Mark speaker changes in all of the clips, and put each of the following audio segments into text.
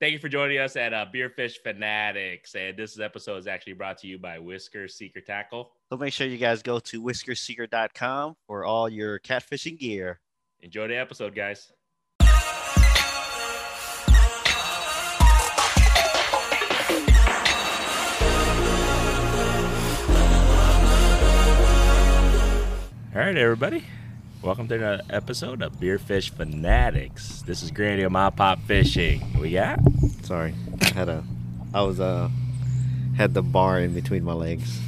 Speaker 1: Thank you for joining us at uh, Beerfish Fanatics. And this episode is actually brought to you by Whisker Seeker Tackle.
Speaker 2: So make sure you guys go to whiskerseeker.com for all your catfishing gear.
Speaker 1: Enjoy the episode, guys. All right, everybody. Welcome to another episode of Beer Fish Fanatics. This is Granny of My Pop Fishing. We got
Speaker 2: Sorry, I had a, I was uh, had the bar in between my legs.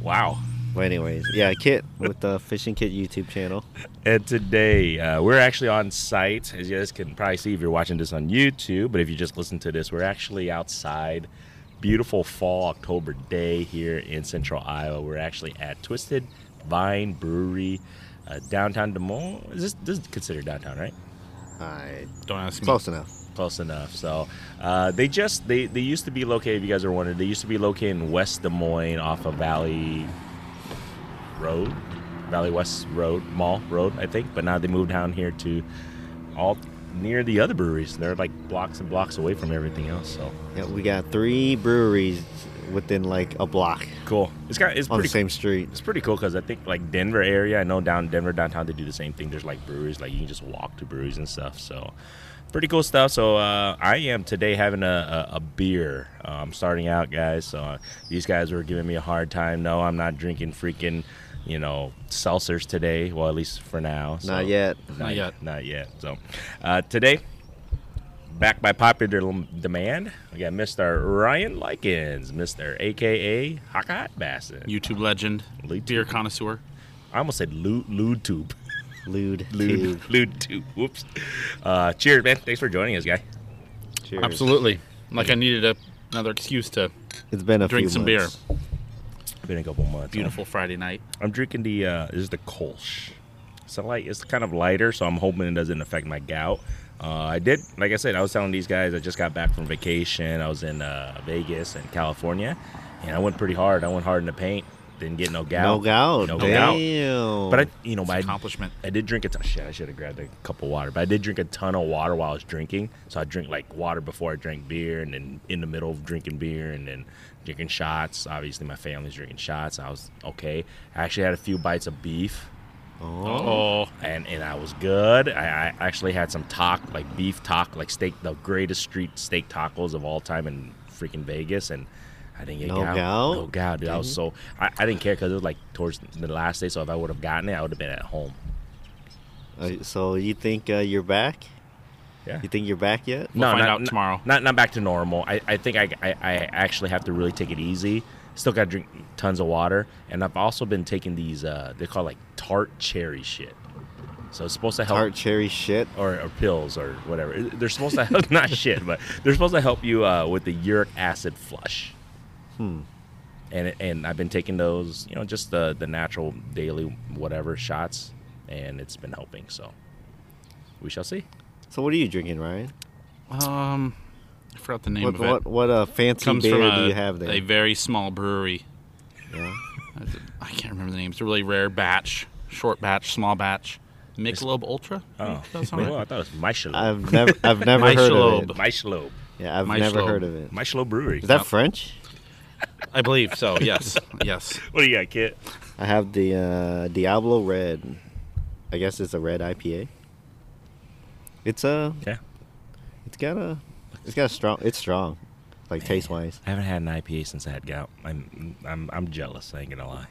Speaker 1: wow.
Speaker 2: But anyways, yeah, Kit with the Fishing Kit YouTube channel.
Speaker 1: And today uh, we're actually on site, as you guys can probably see if you're watching this on YouTube. But if you just listen to this, we're actually outside. Beautiful fall October day here in Central Iowa. We're actually at Twisted Vine Brewery, uh, downtown Des Moines. Is this, this is considered downtown, right?
Speaker 2: I
Speaker 3: Don't ask me.
Speaker 2: close enough.
Speaker 1: close enough. So uh, they just they they used to be located. If you guys are wondering, they used to be located in West Des Moines off of Valley Road, Valley West Road Mall Road, I think. But now they moved down here to all near the other breweries. They're like blocks and blocks away from everything else. So
Speaker 2: Yeah, we got three breweries within like a block
Speaker 1: cool. It's got it's
Speaker 2: on the
Speaker 1: pretty.
Speaker 2: same street.
Speaker 1: It's pretty cool because I think like Denver area. I know down Denver downtown they do the same thing. There's like breweries, like you can just walk to breweries and stuff. So pretty cool stuff. So uh, I am today having a, a, a beer. Uh, I'm starting out, guys. So uh, these guys were giving me a hard time. No, I'm not drinking freaking, you know, seltzers today. Well, at least for now. So-
Speaker 2: Not yet.
Speaker 3: Not yet.
Speaker 1: Not yet. So uh, today. Back by popular l- demand, we got Mr. Ryan Likens, Mr. AKA Hawkeye Bassett.
Speaker 3: YouTube legend,
Speaker 1: Late
Speaker 3: beer connoisseur.
Speaker 1: I almost said lewd, lewd tube.
Speaker 2: Lewd.
Speaker 1: Lewd,
Speaker 2: Tube.
Speaker 1: lewd tube. Whoops. Uh, cheers, man. Thanks for joining us, guy.
Speaker 2: Cheers.
Speaker 3: Absolutely. Like I needed a, another excuse to
Speaker 2: It's been a
Speaker 3: drink
Speaker 2: few
Speaker 3: some
Speaker 2: months.
Speaker 3: beer.
Speaker 1: Been a couple months.
Speaker 3: Beautiful Friday night.
Speaker 1: I'm drinking the, uh, this is the Kolsch. It's a light, it's kind of lighter, so I'm hoping it doesn't affect my gout. Uh, I did, like I said, I was telling these guys I just got back from vacation. I was in uh, Vegas and California, and I went pretty hard. I went hard in the paint. Didn't get no gout.
Speaker 2: No gout.
Speaker 1: No
Speaker 2: Damn.
Speaker 1: gout. But I, you know,
Speaker 3: It's
Speaker 1: my
Speaker 3: an accomplishment.
Speaker 1: I did drink a ton. Shit, I should have grabbed a cup of water, but I did drink a ton of water while I was drinking. So I drink like water before I drank beer, and then in the middle of drinking beer, and then drinking shots. Obviously, my family's drinking shots. I was okay. I actually had a few bites of beef,
Speaker 2: oh.
Speaker 3: Oh,
Speaker 1: and and I was good. I, I actually had some taco, like beef taco, like steak, the greatest street steak tacos of all time in freaking Vegas, and. I didn't get
Speaker 2: No
Speaker 1: gout.
Speaker 2: gout?
Speaker 1: No gout, dude. I was so I, I didn't care because it was like towards the last day. So if I would have gotten it, I would have been at home.
Speaker 2: Uh, so you think uh, you're back?
Speaker 1: Yeah.
Speaker 2: You think you're back yet?
Speaker 3: We'll find out tomorrow.
Speaker 1: Not not back to normal. I, I think I, I, I actually have to really take it easy. Still got to drink tons of water, and I've also been taking these. Uh, they call like tart cherry shit. So it's supposed to help,
Speaker 2: Tart cherry shit.
Speaker 1: or, or pills or whatever. They're supposed to help, not shit, but they're supposed to help you uh, with the uric acid flush. Hmm. And and I've been taking those, you know, just the the natural daily whatever shots, and it's been helping. So we shall see.
Speaker 2: So what are you drinking, Ryan?
Speaker 3: um, I forgot the name
Speaker 2: What
Speaker 3: of it.
Speaker 2: what what uh, fancy
Speaker 3: Comes
Speaker 2: beer
Speaker 3: from a,
Speaker 2: do you have there?
Speaker 3: a very small brewery.
Speaker 2: Yeah.
Speaker 3: I can't remember the name. It's a really rare batch, short batch, small batch. Michelob Ultra.
Speaker 1: Oh,
Speaker 3: That sounds
Speaker 1: well, I
Speaker 3: right.
Speaker 1: thought it was Michelob.
Speaker 2: I've never I've never heard of it.
Speaker 3: Michelob.
Speaker 1: Michelob.
Speaker 2: Yeah, I've
Speaker 3: My
Speaker 2: never
Speaker 3: Schlob.
Speaker 2: heard of it.
Speaker 1: Michelob Brewery.
Speaker 2: Is that French?
Speaker 3: I believe so. Yes, yes.
Speaker 1: what do you got, Kit?
Speaker 2: I have the uh, Diablo Red. I guess it's a red IPA. It's a
Speaker 1: Yeah.
Speaker 2: it's got a it's got a strong it's strong, like taste wise.
Speaker 1: I haven't had an IPA since I had gout. I'm I'm I'm jealous. I ain't gonna lie.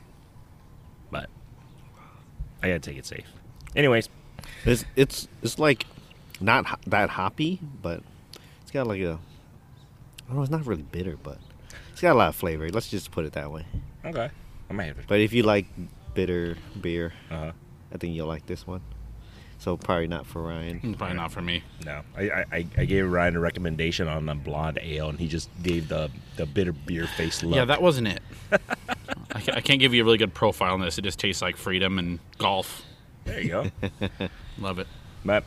Speaker 1: But I gotta take it safe. Anyways,
Speaker 2: It's it's it's like not ho- that hoppy, but it's got like a I don't know. It's not really bitter, but it's got a lot of flavor. Let's just put it that way.
Speaker 1: okay. I might have it.
Speaker 2: But if you like bitter beer,
Speaker 1: Uh-huh.
Speaker 2: I think you'll like this one. So probably not for Ryan.
Speaker 3: Probably not for me.
Speaker 1: No, I, I I- I gave Ryan a recommendation on a blonde ale, and he just gave the the bitter beer face look.
Speaker 3: Yeah, that wasn't it. I, ca- I can't give you a really good profile on this. It just tastes like freedom and golf.
Speaker 1: there you go.
Speaker 3: Love it.
Speaker 1: But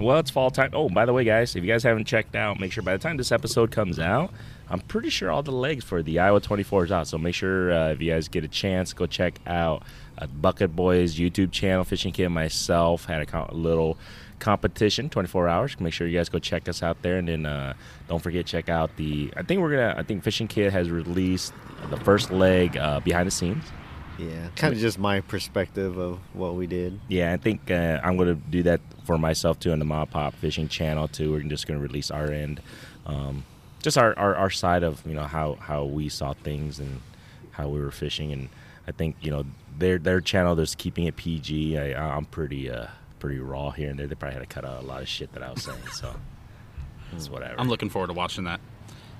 Speaker 1: well, it's fall time. Oh, by the way, guys, if you guys haven't checked out, make sure by the time this episode comes out, I'm pretty sure all the legs for the Iowa 24 is out. So make sure uh, if you guys get a chance, go check out uh, Bucket Boys YouTube channel. Fishing Kid and myself had a co- little competition, 24 hours. Make sure you guys go check us out there, and then uh, don't forget check out the. I think we're gonna. I think Fishing Kid has released the first leg uh, behind the scenes.
Speaker 2: Yeah, kind of just my perspective of what we did.
Speaker 1: Yeah, I think uh, I'm going to do that for myself too on the Mob Pop Fishing channel too. We're just going to release our end, um, just our, our, our side of you know how how we saw things and how we were fishing. And I think you know their their channel, they're just keeping it PG. I, I'm pretty uh, pretty raw here and there. They probably had to cut out a lot of shit that I was saying, so it's whatever.
Speaker 3: I'm looking forward to watching that.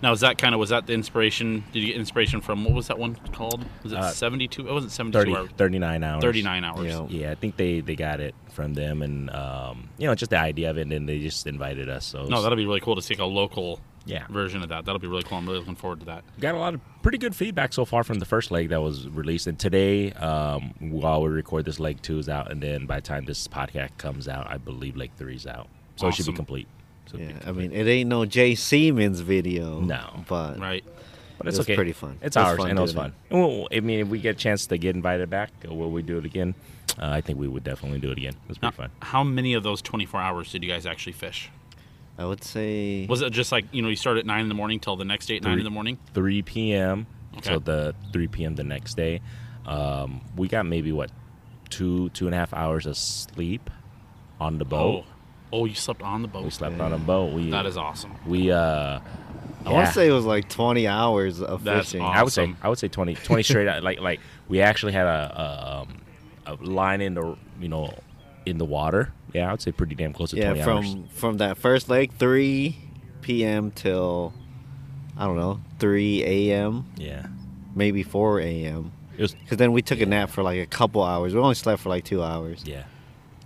Speaker 3: Now, is that kind of was that the inspiration? Did you get inspiration from what was that one called? Was it
Speaker 1: Uh,
Speaker 3: 72? It wasn't 72
Speaker 1: 30,
Speaker 3: hours.
Speaker 1: 39 hours.
Speaker 3: 39 hours.
Speaker 2: Yeah.
Speaker 1: Yeah, I think they, they got it from them, and um, you know, just the idea of it, and then they just invited us. So
Speaker 3: No, that'll be really cool to see like, a local
Speaker 1: Yeah.
Speaker 3: version of that. That'll be really cool. I'm really looking forward to that.
Speaker 1: got a lot of pretty good feedback so far from the first leg that was released and today um, while we record this leg two is out and then by the time this podcast comes out i believe leg three is out so it should
Speaker 3: Awesome.
Speaker 1: be complete so it'll
Speaker 2: Yeah,
Speaker 1: be
Speaker 2: I
Speaker 1: complete.
Speaker 2: mean, it ain't no Jay Seaman's video.
Speaker 1: No.
Speaker 2: but
Speaker 3: Right.
Speaker 1: but it's
Speaker 2: it was
Speaker 1: okay
Speaker 2: pretty fun.
Speaker 1: it's
Speaker 2: It was
Speaker 1: ours
Speaker 2: fun
Speaker 1: and it was
Speaker 2: doing
Speaker 1: fun
Speaker 2: it.
Speaker 1: And we'll- i mean if we get a chance to get invited back will we do it again uh, i think we would definitely do it again it was
Speaker 3: Now,
Speaker 2: Ah.
Speaker 1: pretty fun
Speaker 3: how many of those 24 hours did you guys actually fish?
Speaker 2: I would say
Speaker 3: Was it just like, you know, you start at 9 in the morning till the next day at 9
Speaker 1: Three.
Speaker 3: in the morning?
Speaker 1: 3 p.m. So
Speaker 3: Okay.
Speaker 1: the 3 p.m. the next day, um, we got maybe what two two and a half hours of sleep on the boat.
Speaker 3: Oh, you slept on the boat.
Speaker 1: We slept
Speaker 2: Okay.
Speaker 1: on a boat. We
Speaker 3: That is awesome.
Speaker 1: we uh.
Speaker 2: I want
Speaker 1: yeah.
Speaker 2: to say it was like 20 hours of
Speaker 3: That's
Speaker 2: fishing.
Speaker 3: awesome.
Speaker 1: I would say I would say 20, 20 straight out. Like like we actually had a, a um, a line in the you know in the water. Yeah, I would say pretty damn close to
Speaker 2: Yeah,
Speaker 1: twenty
Speaker 2: from
Speaker 1: hours.
Speaker 2: from that first leg, 3 p.m. till I don't know, 3 a.m.
Speaker 1: Yeah,
Speaker 2: maybe 4 a.m.
Speaker 1: it was
Speaker 2: Because then we took a nap for like a couple hours. We only slept for like two hours.
Speaker 1: yeah.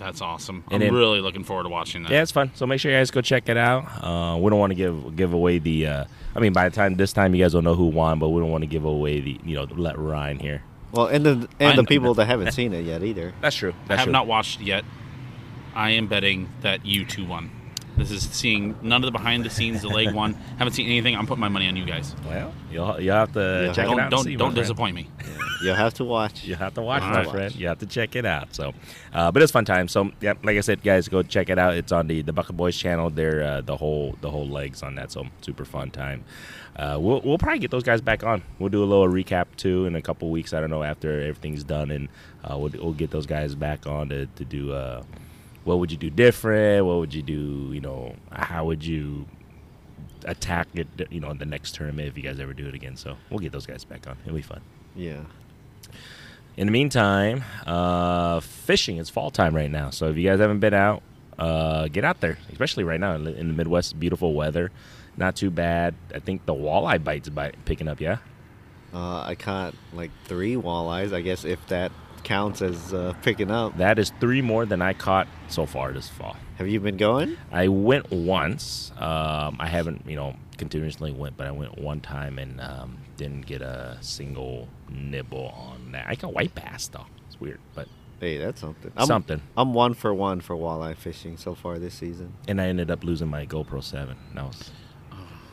Speaker 3: That's awesome.
Speaker 1: And
Speaker 3: I'm
Speaker 1: then-
Speaker 3: really looking forward to watching that.
Speaker 1: Yeah, it's fun. So make sure you guys go check it out. Uh, we don't want to give give away the. Uh, I mean, by the time this time, you guys will know who won, but we don't want to give away the. You know, let Ryan here.
Speaker 2: Well, and the and
Speaker 3: I
Speaker 2: the
Speaker 3: know
Speaker 2: people that haven't seen it yet either.
Speaker 1: That's true.
Speaker 3: I
Speaker 1: That's
Speaker 3: have
Speaker 1: true.
Speaker 3: not watched it yet. I am betting that you two won. This is seeing none of the behind the scenes, the leg one. Haven't seen anything. I'm putting my money on you guys.
Speaker 1: Well, you'll you'll have to
Speaker 2: Yeah.
Speaker 1: check
Speaker 3: don't
Speaker 1: it out.
Speaker 3: don't,
Speaker 1: and see, my
Speaker 3: don't
Speaker 1: friend.
Speaker 3: disappoint me.
Speaker 2: You'll have to watch.
Speaker 1: You have to watch,
Speaker 3: All
Speaker 1: my
Speaker 3: right.
Speaker 1: friend. You have to check it out. So, uh, but it's fun time. So, yeah, like I said, guys, go check it out. It's on the the Bucket Boys channel. They're uh, the whole the whole legs on that. So, super fun time. Uh, we'll we'll probably get those guys back on. We'll do a little recap too in a couple weeks. I don't know after everything's done, and uh, we'll we'll get those guys back on to to do. Uh, what would you do different? What would you do? You know, how would you attack it? You know, in the next tournament if you guys ever do it again. So we'll get those guys back on. It'll be fun.
Speaker 2: Yeah.
Speaker 1: In the meantime, uh, fishing is fall time right now. So if you guys haven't been out, uh, get out there, especially right now in the in the Midwest. Beautiful weather, not too bad. I think the walleye bites by picking up. Yeah,
Speaker 2: Uh, I caught like three walleyes, I guess, if that counts as uh, picking up.
Speaker 1: that is three more than I caught so far this fall.
Speaker 2: Have you been going?
Speaker 1: I went once. Um, I haven't, you know, continuously went, but I went one time and um, didn't get a single nibble on that. I got white bass though. It's weird, but
Speaker 2: Hey, that's something. I'm,
Speaker 1: Something.
Speaker 2: I'm one for one for walleye fishing so far this season.
Speaker 1: and I ended up losing my GoPro Seven. That was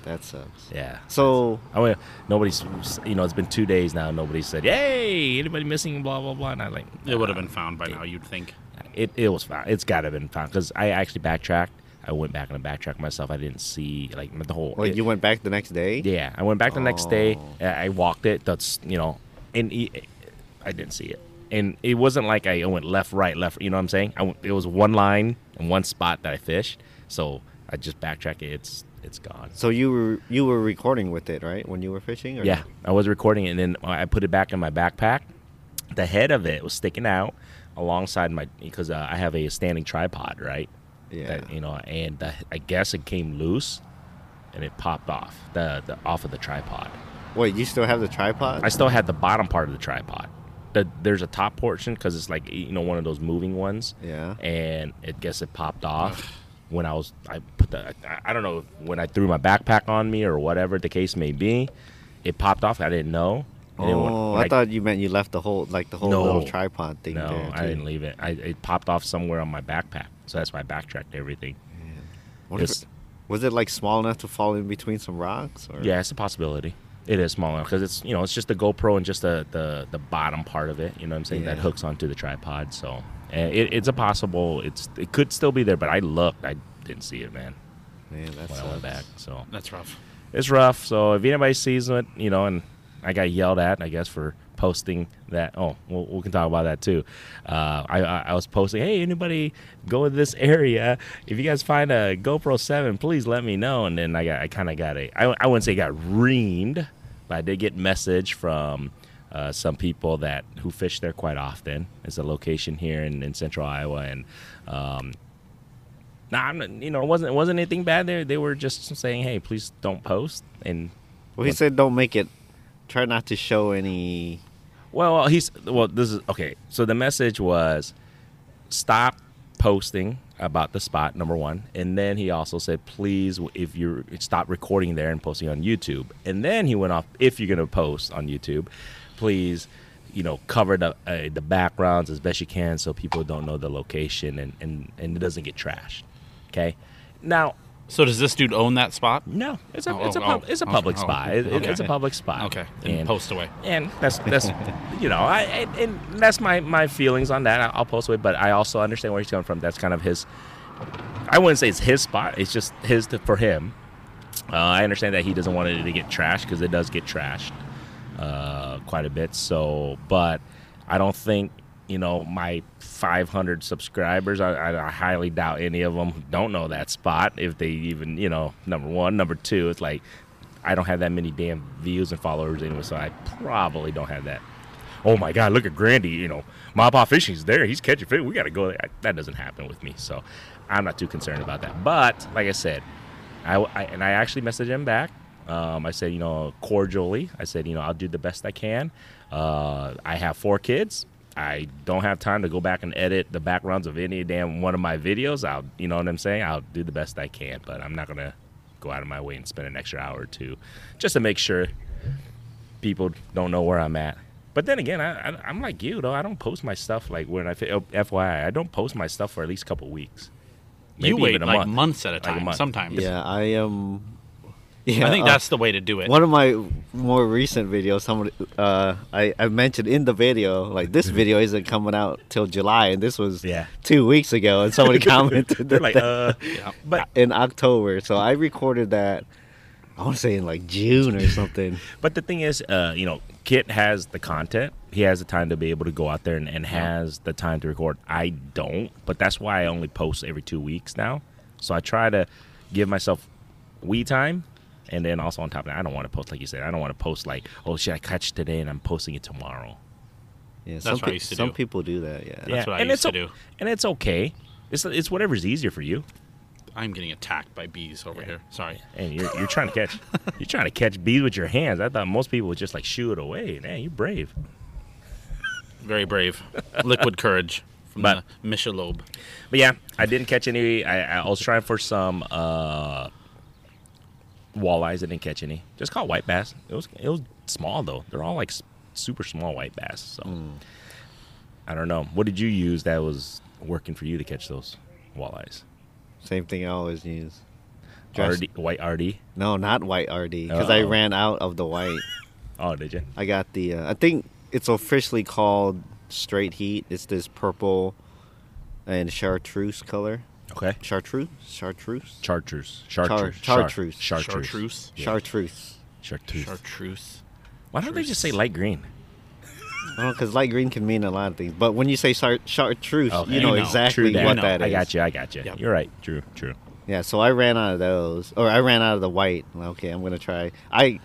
Speaker 2: That sucks.
Speaker 1: yeah.
Speaker 2: So
Speaker 1: I went, nobody's, you know, it's been two days now. Nobody said, "Hey, anybody missing?" Blah blah blah. And I like,
Speaker 3: It would have
Speaker 1: nah.
Speaker 3: been found by now, you'd think.
Speaker 1: It, it was found. It's got to have been found because I actually backtracked. I went back and I backtracked myself. I didn't see like the whole.
Speaker 2: like
Speaker 1: it-
Speaker 2: you went back the next day?
Speaker 1: yeah, I went back the next day.
Speaker 2: Oh.
Speaker 1: I I walked it. That's you know, and e- I didn't see it. And it wasn't like I went left, right, left. You know what I'm saying? I went, it was one line and one spot that I fished. So I just backtracked it. It's it's gone.
Speaker 2: So you were you were recording with it, right? When you were fishing? Or
Speaker 1: Yeah, I was recording it, and then I put it back in my backpack. The head of it was sticking out alongside my because uh, I have a standing tripod, right?
Speaker 2: Yeah.
Speaker 1: That, you know, and the, I guess it came loose, and it popped off the, the off of the tripod.
Speaker 2: Wait, you still have the tripod?
Speaker 1: I still had the bottom part of the tripod. The, there's a top portion because it's like you know one of those moving ones.
Speaker 2: Yeah.
Speaker 1: And it guess it popped off when I was I put the I, I don't know when I threw my backpack on me or whatever the case may be, it popped off. I didn't know. And then when-
Speaker 2: oh,
Speaker 1: when
Speaker 2: I thought you meant you left the whole like the whole
Speaker 1: No.
Speaker 2: little tripod thing
Speaker 1: no,
Speaker 2: there.
Speaker 1: I
Speaker 2: too.
Speaker 1: didn't leave it. I it popped off somewhere on my backpack, so that's why I backtracked everything.
Speaker 2: Wonder if
Speaker 1: It's-
Speaker 2: it- was it like small enough to fall in between some rocks? Or?
Speaker 1: Yeah, it's a possibility. It is small because it's you know it's just the GoPro and just the the, the bottom part of it. You know what I'm saying that
Speaker 2: Yeah.
Speaker 1: hooks onto the tripod. So And it, it's a possible. It's it could still be there, but I looked. I didn't see it, man.
Speaker 2: Man, that's
Speaker 1: When I went back, so
Speaker 3: That's rough.
Speaker 1: it's rough. So if anybody sees it, you know, and I got yelled at, I guess, for posting that. Oh, well, we can talk about that too. Uh, I, I I was posting, hey, anybody go in this area? If you guys find a GoPro Seven, please let me know. And then I got, I kind of got a, I, I wouldn't say got reamed, but I did get message from. Uh, some people that who fish there quite often. It's a location here in, in central Iowa, and um, Nah, I'm not, you know, it wasn't it wasn't anything bad there. They were just saying, "Hey, please don't post." And
Speaker 2: Well, he
Speaker 1: What?
Speaker 2: said don't make it. Try not to show any.
Speaker 1: well, he's well. This is okay. So the message was, stop posting about the spot number one, and then he also said, please, if you stop recording there and posting on YouTube, and then he went off, if you're gonna post on YouTube, please. You know, cover the uh, the backgrounds as best you can so people don't know the location and, and, and it doesn't get trashed. Okay, now
Speaker 3: So does this dude own that spot?
Speaker 1: No, it's a
Speaker 3: Oh,
Speaker 1: it's a
Speaker 3: oh,
Speaker 1: pub,
Speaker 3: oh,
Speaker 1: it's a
Speaker 3: okay,
Speaker 1: public
Speaker 3: oh,
Speaker 1: spot. It- it-
Speaker 3: okay.
Speaker 1: It's a public spot.
Speaker 3: Okay, and,
Speaker 1: and
Speaker 3: post away.
Speaker 1: and that's that's you know I and, and that's my my feelings on that. I- I'll post away, but I also understand where he's coming from. That's kind of his. I wouldn't say it's his spot. It's just his to, for him. Uh, I understand that he doesn't want it to get trashed because it does get trashed uh, quite a bit. So, but I don't think you know my 500 subscribers. I, I, I highly doubt any of them don't know that spot. If they even you know, number one, number two, it's like I don't have that many damn views and followers anyway, so I probably don't have that. Oh my God! Look at Grandy. You know, my pop fishing's there. He's catching fish. We got to go there. That doesn't happen with me, so I'm not too concerned about that. But like I said, I, I- and I actually messaged him back. Um, I said, you know, cordially. I said, you know, I'll do the best I can. Uh, I have four kids. I don't have time to go back and edit the backgrounds of any damn one of my videos. I'll, you know what I'm saying? I'll do the best I can, but I'm not gonna go out of my way and spend an extra hour or two just to make sure people don't know where I'm at. But then again, I, I, I'm like you though. I don't post my stuff like when I fi- FYI, I don't post my stuff for at least a couple weeks.
Speaker 3: you
Speaker 1: Maybe
Speaker 3: wait
Speaker 1: even a
Speaker 3: like
Speaker 1: month.
Speaker 3: months at a
Speaker 1: Like a
Speaker 3: time.
Speaker 1: month.
Speaker 3: Sometimes.
Speaker 2: Yeah, I am. Um, yeah,
Speaker 3: I think
Speaker 2: uh,
Speaker 3: that's the way to do it.
Speaker 2: one of my more recent videos. Someone uh, I I mentioned in the video like this
Speaker 3: Mm-hmm.
Speaker 2: video isn't coming out till July, and this was
Speaker 1: Yeah.
Speaker 2: two weeks ago, and somebody commented
Speaker 1: They're
Speaker 2: that,
Speaker 1: like,
Speaker 3: "Oh."
Speaker 2: that
Speaker 1: uh, but
Speaker 2: in October. So I recorded that. I want to say in like June or something.
Speaker 1: But the thing is, uh, you know, Kit has the content. He has the time to be able to go out there and, and has the time to record. I don't, but that's why I only post every two weeks now. So I try to give myself we time. And then also on top of that, I don't want to post, like you said, I don't want to post like, oh shit, I catch today and I'm posting it tomorrow.
Speaker 2: Yeah,
Speaker 3: That's
Speaker 2: some
Speaker 3: what I
Speaker 2: pe-
Speaker 3: used to
Speaker 2: some
Speaker 3: do.
Speaker 2: people do that. Yeah.
Speaker 3: That's what I
Speaker 1: and
Speaker 3: used
Speaker 1: it's
Speaker 3: to
Speaker 1: o-
Speaker 3: do.
Speaker 1: And it's okay. It's, it's whatever's easier for you.
Speaker 3: I'm getting attacked by bees over here. Sorry.
Speaker 1: And you're, you're trying to catch, you're trying to catch bees with your hands. I thought most people would just like shoo it away. Man, you're brave.
Speaker 3: Very brave. Liquid courage from
Speaker 1: But-
Speaker 3: the Michelob.
Speaker 1: But yeah, I didn't catch any. I, I was trying for some uh, walleyes. I didn't catch any. Just caught white bass. It was it was small though. They're all like s- super small white bass. So
Speaker 3: Hmm.
Speaker 1: I don't know. What did you use that was working for you to catch those walleyes?
Speaker 2: Same thing I always use. Dress-
Speaker 1: RD, white RD.
Speaker 2: No, not white RD because I
Speaker 1: Uh-oh.
Speaker 2: ran out of the white.
Speaker 1: Oh, did you?
Speaker 2: I got the. Uh, I think it's officially called straight heat. It's this purple and chartreuse color.
Speaker 1: Okay.
Speaker 2: Chartreuse, chartreuse,
Speaker 1: Chartreuse. Chartreuse.
Speaker 2: chartreuse.
Speaker 1: Char- Chartreuse.
Speaker 3: Chartreuse.
Speaker 2: chartreuse.
Speaker 1: Chartreuse.
Speaker 3: Chartreuse.
Speaker 1: Why don't they just say
Speaker 3: Chartreuse.
Speaker 1: light green?
Speaker 2: because Oh, light green can mean a lot of things. But when you say char- chartreuse,
Speaker 1: Okay.
Speaker 2: you know
Speaker 3: You know.
Speaker 2: exactly
Speaker 1: True
Speaker 2: what
Speaker 1: that.
Speaker 2: that is.
Speaker 1: I got you. I got you.
Speaker 3: Yep.
Speaker 1: You're right. True. True.
Speaker 2: Yeah, so I ran out of those, or I ran out of the white. Okay, I'm gonna try. I,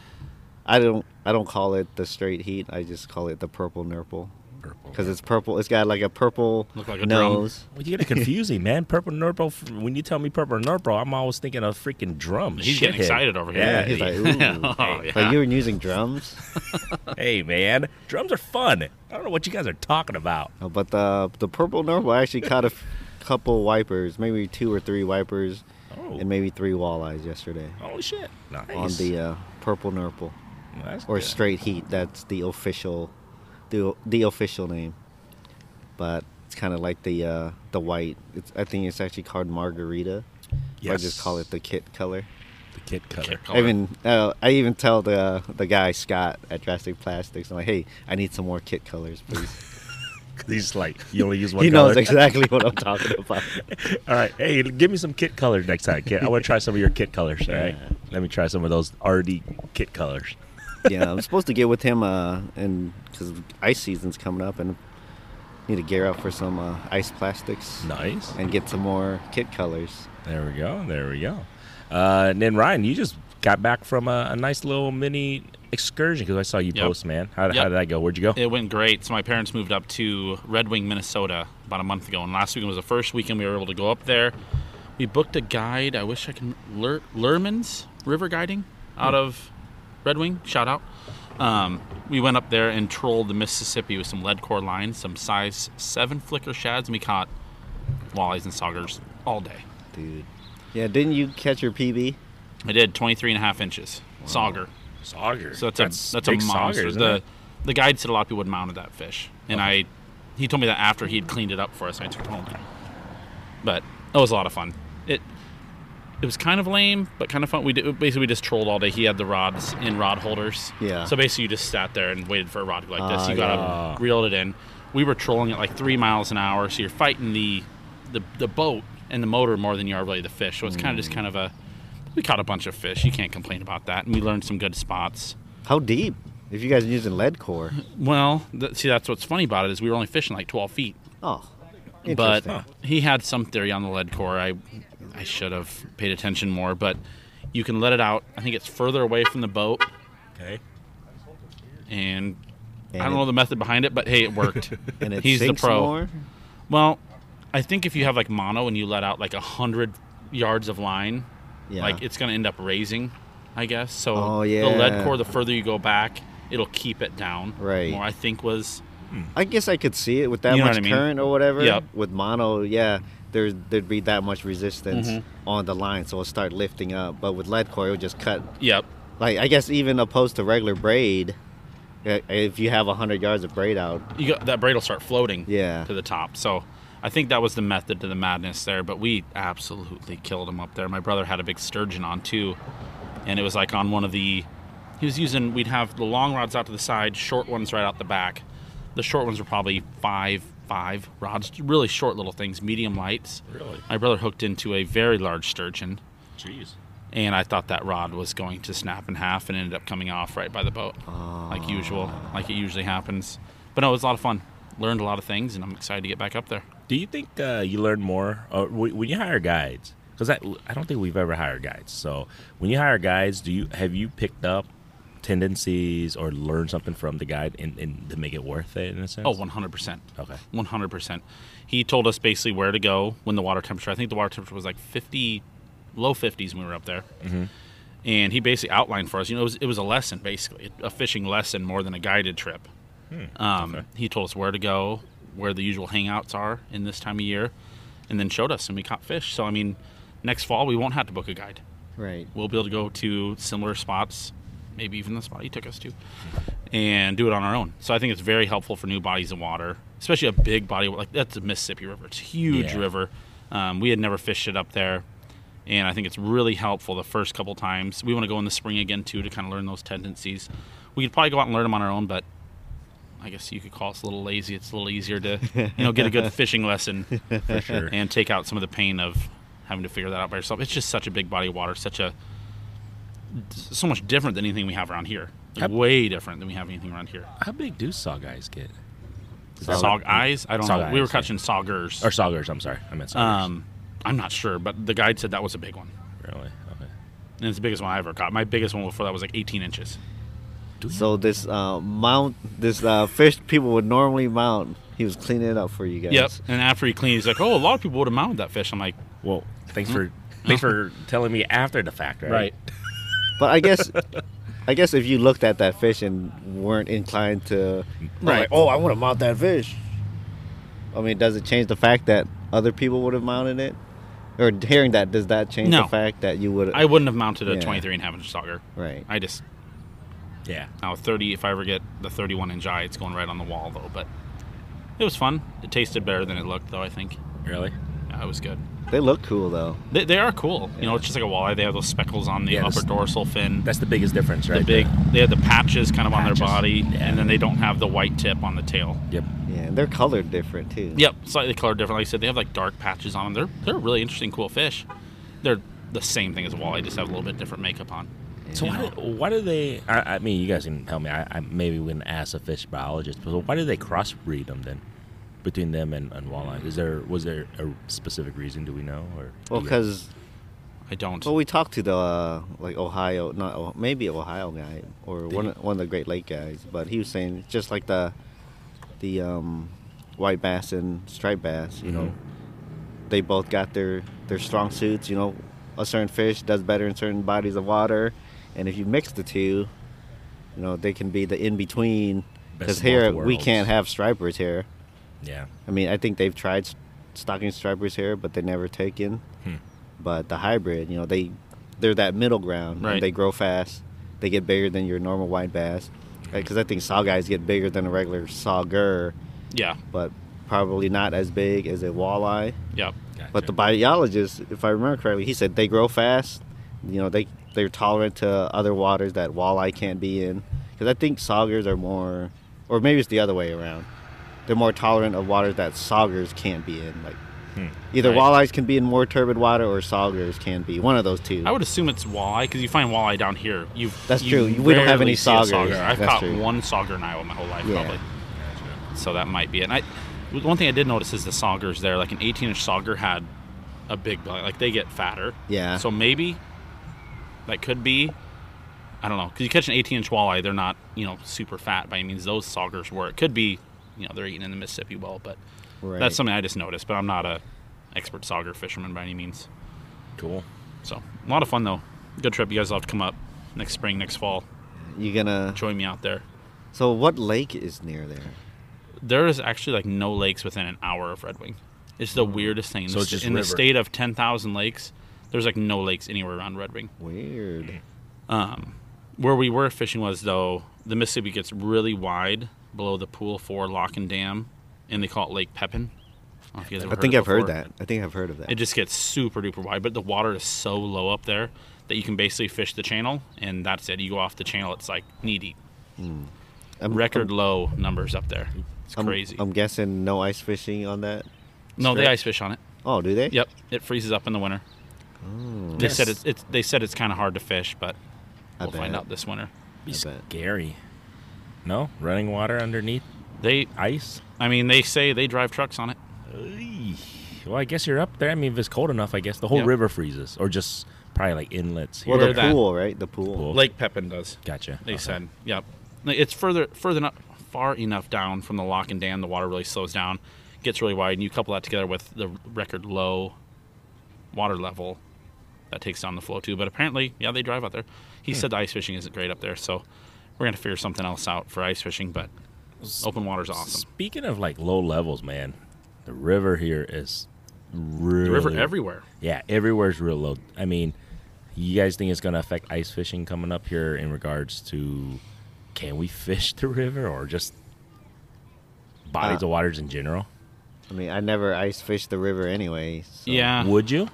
Speaker 2: I don't, I don't call it the straight heat. I just call it the purple nurple
Speaker 1: Purple.
Speaker 2: because it's purple. It's got like a purple
Speaker 3: Look like a drum.
Speaker 2: nose.
Speaker 1: Well, you gotta confuse me, man. Purple Nurple. When you tell me Purple Nurple, I'm always thinking of freaking drum.
Speaker 3: He's getting
Speaker 1: Shithead.
Speaker 3: excited over here.
Speaker 1: Yeah,
Speaker 2: Yeah, he's like, ooh.
Speaker 3: oh, yeah.
Speaker 2: Like you were using drums,
Speaker 1: hey, man, drums are fun. I don't know what you guys are talking about.
Speaker 2: Uh, but the the purple normal I actually caught a f- couple wipers, maybe two or three wipers,
Speaker 1: Oh,
Speaker 2: and maybe three walleyes yesterday
Speaker 1: holy shit! Nice.
Speaker 2: on the uh, purple nurple
Speaker 1: Well, that's
Speaker 2: or
Speaker 1: good.
Speaker 2: straight heat. That's the official, the the official name. But it's kind of like the uh, the white. It's, I think it's actually called margarita. I just call it the kit color.
Speaker 1: the kid color.
Speaker 3: Kit
Speaker 2: I
Speaker 3: color.
Speaker 2: even uh, I even tell the the guy Scott at Drastic Plastics, I'm like, hey, I need some more kit colors, please.
Speaker 1: Because he's like, you only use one
Speaker 2: He
Speaker 1: color.
Speaker 2: knows exactly what I'm talking about.
Speaker 1: all right. Hey, give me some kit colors next time, kid. I want to try some of your kit colors. All right. Let me try some of those RD kit colors.
Speaker 2: yeah, I'm supposed to get with him, uh, and because ice season's coming up, and need to gear out for some uh, ice plastics
Speaker 1: Nice.
Speaker 2: and get some more kit colors.
Speaker 1: There we go. There we go. Uh, and then Ryan, you just got back from a, a nice little mini excursion because I saw you
Speaker 3: Yep.
Speaker 1: post, man. How, how
Speaker 3: Yep.
Speaker 1: did that go? Where'd you go?
Speaker 3: It went great. So my parents moved up to Red Wing, Minnesota about a month ago, and last weekend was the first weekend we were able to go up there. We booked a guide. I wish I can Ler- Lerman's River Guiding out of Red Wing. Shout out. Um, we went up there and trolled the Mississippi with some lead core lines, some size seven flicker shads, and we caught walleyes and saugers all day.
Speaker 2: Dude. Yeah, didn't you catch your PB?
Speaker 3: I did 23 and a half inches sauger.
Speaker 1: Sauger.
Speaker 3: So that's, a that's a monster. the the guide said a lot of people would mounted that fish, and I he told me that after he'd cleaned it up for us, and I took it home. But that was a lot of fun. It it was kind of lame, but kind of fun. We did, basically we just trolled all day. He had the rods in rod holders.
Speaker 2: Yeah.
Speaker 3: So basically, you just sat there and waited for a rod to go like this.
Speaker 2: Ah,
Speaker 3: You got
Speaker 1: yeah.
Speaker 3: up, reeled it in. We were trolling at like three miles an hour, so you're fighting the the, the boat and the motor more than you are really the fish. So it's kind of just kind of a we caught a bunch of fish. You can't complain about that. And we learned some good spots.
Speaker 2: How deep? If you guys are using lead core.
Speaker 3: Well, th- see, that's what's funny about it is we were only fishing like 12 feet,
Speaker 2: Oh,
Speaker 3: but
Speaker 2: interesting.
Speaker 3: he had some theory on the lead core. I, I should have paid attention more, but you can let it out. I think it's further away from the boat,
Speaker 1: okay.
Speaker 3: and, I
Speaker 2: And
Speaker 3: don't
Speaker 2: it-
Speaker 3: know the method behind it, but hey, it worked.
Speaker 2: and it
Speaker 3: he's the
Speaker 2: sinks
Speaker 3: pro.
Speaker 2: More?
Speaker 3: well, I think if you have like mono and you let out like a hundred yards of line,
Speaker 2: Yeah.
Speaker 3: like it's gonna end up raising, I guess. So
Speaker 2: Oh,
Speaker 3: the
Speaker 2: yeah.
Speaker 3: lead core, the further you go back, it'll keep it down.
Speaker 2: Right.
Speaker 3: More, I think was
Speaker 2: I guess I could see it with that
Speaker 3: You know
Speaker 2: much
Speaker 3: what I mean?
Speaker 2: current or whatever.
Speaker 3: Yep.
Speaker 2: With mono, yeah, there there'd be that much resistance
Speaker 3: Mm-hmm.
Speaker 2: on the line, so it'll start lifting up. But with lead core, it'll just cut.
Speaker 3: yep.
Speaker 2: Like I guess even opposed to regular braid, uh, if you have hundred yards of braid out,
Speaker 3: you got that braid will start floating
Speaker 2: Yeah.
Speaker 3: to the top so i think that was the method to the madness there but we absolutely killed him up there my brother had a big sturgeon on too and it was like on one of the he was using we'd have the long rods out to the side short ones right out the back the short ones were probably five five rods really short little things medium lights
Speaker 1: Really?
Speaker 3: my brother hooked into a very large sturgeon
Speaker 1: Jeez.
Speaker 3: and I thought that rod was going to snap in half and ended up coming off right by the boat, like usual, like it usually happens. But no, it was a lot of fun. Learned a lot of things, and I'm excited to get back up there.
Speaker 1: Do you think uh, you learn more or wh- when you hire guides? Because I, I don't think we've ever hired guides. So when you hire guides, do you have you picked up tendencies or learned something from the guide in, in, to make it worth it in a sense?
Speaker 3: Oh, 100%.
Speaker 1: Okay.
Speaker 3: 100%. He told us basically where to go when the water temperature, I think the water temperature was like 50, low 50s when we were up there. And he basically outlined for us, you know, it was, it was a lesson basically, a fishing lesson more than a guided trip. um, He told us where to go, where the usual hangouts are in this time of year, and then showed us, and we caught fish. So, I mean, next fall we won't have to book a guide
Speaker 2: right?
Speaker 3: we'll be able to go to similar spots, maybe even the spot he took us to, and do it on our own. So I think it's very helpful for new bodies of water, especially a big body like that's the Mississippi River. It's a huge
Speaker 1: Yeah.
Speaker 3: river. Um, we had never fished it up there, and I think it's really helpful the first couple times. We want to go in the spring again too to kind of learn those tendencies. We could probably go out and learn them on our own, but I guess you could call us a little lazy. It's a little easier to you know get a good fishing lesson
Speaker 1: for sure.
Speaker 3: and take out some of the pain of having to figure that out by yourself. It's just such a big body of water, such a so much different than anything we have around here. Like,
Speaker 1: How-
Speaker 3: way different than we have anything around here.
Speaker 1: How big do saw guys get? Is that
Speaker 3: Sog
Speaker 1: what-
Speaker 3: eyes, I don't know.
Speaker 1: Sog
Speaker 3: we were
Speaker 1: eyes, yeah.
Speaker 3: catching saugers.
Speaker 1: or saugers? I'm sorry, I meant saugers.
Speaker 3: um, I'm not sure, but the guide said that was a big one,
Speaker 1: really? Okay.
Speaker 3: and it's the biggest one I ever caught. My biggest one before that was like 18 inches.
Speaker 2: So this uh, mount, this uh, fish people would normally mount. He was cleaning it up for you guys.
Speaker 3: Yep. And after he cleaned, he's like, "Oh, a lot of people would have mounted that fish." I'm like,
Speaker 1: Well, thanks for
Speaker 3: Mm-hmm.
Speaker 1: thanks for telling me after the fact, right?
Speaker 2: But I guess, I guess if you looked at that fish and weren't inclined to,
Speaker 3: Right.
Speaker 2: like, oh, I want to mount that fish. I mean, does it change the fact that other people would have mounted it, or hearing that does that change
Speaker 3: No.
Speaker 2: the fact that you would?
Speaker 3: I wouldn't have mounted a
Speaker 2: Yeah.
Speaker 3: 23 and a half inch sauger.
Speaker 2: right.
Speaker 3: I just
Speaker 1: Yeah.
Speaker 3: Now, 30, if I ever get the 31 inch eye, it's going right on the wall, though. But it was fun. It tasted better than it looked, though, I think.
Speaker 1: Really?
Speaker 3: Yeah, it was good.
Speaker 2: They look cool though.
Speaker 3: They, they are cool. You know, it's just like a walleye. They have those speckles on the
Speaker 1: Yeah,
Speaker 3: upper
Speaker 1: that's-
Speaker 3: dorsal fin.
Speaker 1: That's the biggest difference,
Speaker 3: the
Speaker 1: right?
Speaker 3: big. They have the patches kind of on
Speaker 1: Patches.
Speaker 3: their body,
Speaker 1: Yeah.
Speaker 3: and then they don't have the white tip on the tail.
Speaker 1: Yep.
Speaker 2: Yeah, and they're colored different too.
Speaker 3: Yep, slightly colored different. Like I said, they have like dark patches on them. They're they're really interesting, cool fish. They're the same thing as a walleye, just have a little bit different makeup on.
Speaker 1: So why do, why do they? I, I mean, you guys can tell me. I, I maybe we can ask a fish biologist. But why do they crossbreed them then, between them and, and walleye? Is there was there a specific reason? Do we know or?
Speaker 2: Well,
Speaker 1: do you-
Speaker 2: because
Speaker 3: I don't.
Speaker 2: well, we talked to the uh, like Ohio, not Oh- maybe Ohio guy or one of, one of the Great Lake guys, but he was saying just like the the um, white bass and striped bass, you know,
Speaker 1: Mm-hmm.
Speaker 2: they both got their their strong suits. You know, a certain fish does better in certain bodies of water, and if you mix the two, you know, they can be the in between.
Speaker 1: Best
Speaker 2: Because
Speaker 1: of both
Speaker 2: here we
Speaker 1: worlds.
Speaker 2: can't have stripers here.
Speaker 1: yeah,
Speaker 2: I mean, I think they've tried s- stocking stripers here, but they never taken. But the hybrid, you know, they they're that middle ground.
Speaker 3: Right.
Speaker 2: And they grow fast. They get bigger than your normal white bass, because I think saw guys get bigger than a regular sauger,
Speaker 3: yeah,
Speaker 2: but probably not as big as a walleye.
Speaker 3: yeah.
Speaker 2: But the biologist, if I remember correctly, he said they grow fast. You know, they they're tolerant to other waters that walleye can't be in. Because I think saugers are more, or maybe it's the other way around. They're more tolerant of waters that saugers can't be in. Like either
Speaker 3: Hmm. Right.
Speaker 2: walleyes can be in more turbid water or saugers can be. One of those two.
Speaker 3: I would assume it's walleye because you find walleye down here. You've
Speaker 2: That's
Speaker 3: you
Speaker 2: true. We don't have
Speaker 3: rarely
Speaker 2: any
Speaker 3: see a
Speaker 2: saugers.
Speaker 3: sauger. I've
Speaker 2: That's
Speaker 3: caught
Speaker 2: true.
Speaker 3: one sauger in Iowa my whole life,
Speaker 2: Yeah.
Speaker 3: probably. So that might be it. And I, one thing I did notice is the saugers there. Like an 18-inch sauger had a big belly. Like they get fatter.
Speaker 2: Yeah.
Speaker 3: So maybe that could be. I don't know because you catch an 18-inch walleye, they're not you know super fat by any means. Those saugers were. It could be you know they're eating in the Mississippi well, but
Speaker 2: Right.
Speaker 3: that's something I just noticed. But I'm not a expert sauger fisherman by any means.
Speaker 1: cool.
Speaker 3: So a lot of fun though. Good trip. You guys will have to come up next spring, next fall.
Speaker 2: you gonna.
Speaker 3: Join me out there.
Speaker 2: So what lake is near there?
Speaker 3: There is actually like no lakes within an hour of Red Wing. It's the weirdest thing. In,
Speaker 1: So
Speaker 3: the,
Speaker 1: it's
Speaker 3: st-
Speaker 1: just
Speaker 3: in the
Speaker 1: river.
Speaker 3: state of ten thousand lakes, there's like no lakes anywhere around Red Wing.
Speaker 2: Weird.
Speaker 3: Where we were fishing was though the Mississippi gets really wide below the pool for Lock and Dam, and they call it Lake Pepin. I, don't know if you guys
Speaker 2: I
Speaker 3: ever
Speaker 2: think
Speaker 3: Hmm. it
Speaker 2: I've heard
Speaker 3: before.
Speaker 2: that. I think I've heard of that.
Speaker 3: It just gets super duper wide, but the water is so low up there that you can basically fish the channel, and that's it. You go off the channel, it's like knee deep.
Speaker 2: I'm-
Speaker 3: record low numbers up there. It's
Speaker 2: I'm-
Speaker 3: crazy.
Speaker 2: I'm guessing no ice fishing on that.
Speaker 3: no, they
Speaker 2: strip?
Speaker 3: ice fish on it.
Speaker 2: Oh, do they?
Speaker 3: Yep, it freezes up in the winter. They
Speaker 1: Yes.
Speaker 3: said it's, it's they said it's kind of hard to fish, but
Speaker 2: Oh. I
Speaker 3: we'll find
Speaker 2: bet.
Speaker 3: out this winter.
Speaker 1: Be
Speaker 2: I bet.
Speaker 1: scary. No running water underneath
Speaker 3: They,
Speaker 1: ice.
Speaker 3: I mean, they say they drive trucks on it.
Speaker 1: Eey. Well, I guess you're up there. I mean, if it's cold enough, I guess the whole
Speaker 3: Yeah.
Speaker 1: river freezes, or just probably like inlets.
Speaker 2: Well,
Speaker 1: here
Speaker 2: the
Speaker 1: and there.
Speaker 3: that-
Speaker 2: pool, right? The pool.
Speaker 1: Pool.
Speaker 3: Lake Pepin does.
Speaker 1: Gotcha.
Speaker 3: They
Speaker 1: Okay.
Speaker 3: said, yep. Like, It's further further not far enough down from the lock and dam, the water really slows down, gets really wide, and you couple that together with the record low water level, that takes down the flow too. But apparently, yeah, they drive out there.
Speaker 1: Hmm.
Speaker 3: He said the ice fishing isn't great up there, so we're gonna figure something else out for ice fishing. But open water's awesome.
Speaker 1: Speaking of like low levels, man, the river here is really
Speaker 3: The river everywhere.
Speaker 1: Yeah, everywhere's real low. I mean, you guys think it's going to affect ice fishing coming up here in regards to can we fish the river or just bodies
Speaker 2: Uh,
Speaker 1: of waters in general?
Speaker 2: I mean, I never ice fished the river anyway. So
Speaker 3: yeah.
Speaker 1: Would you?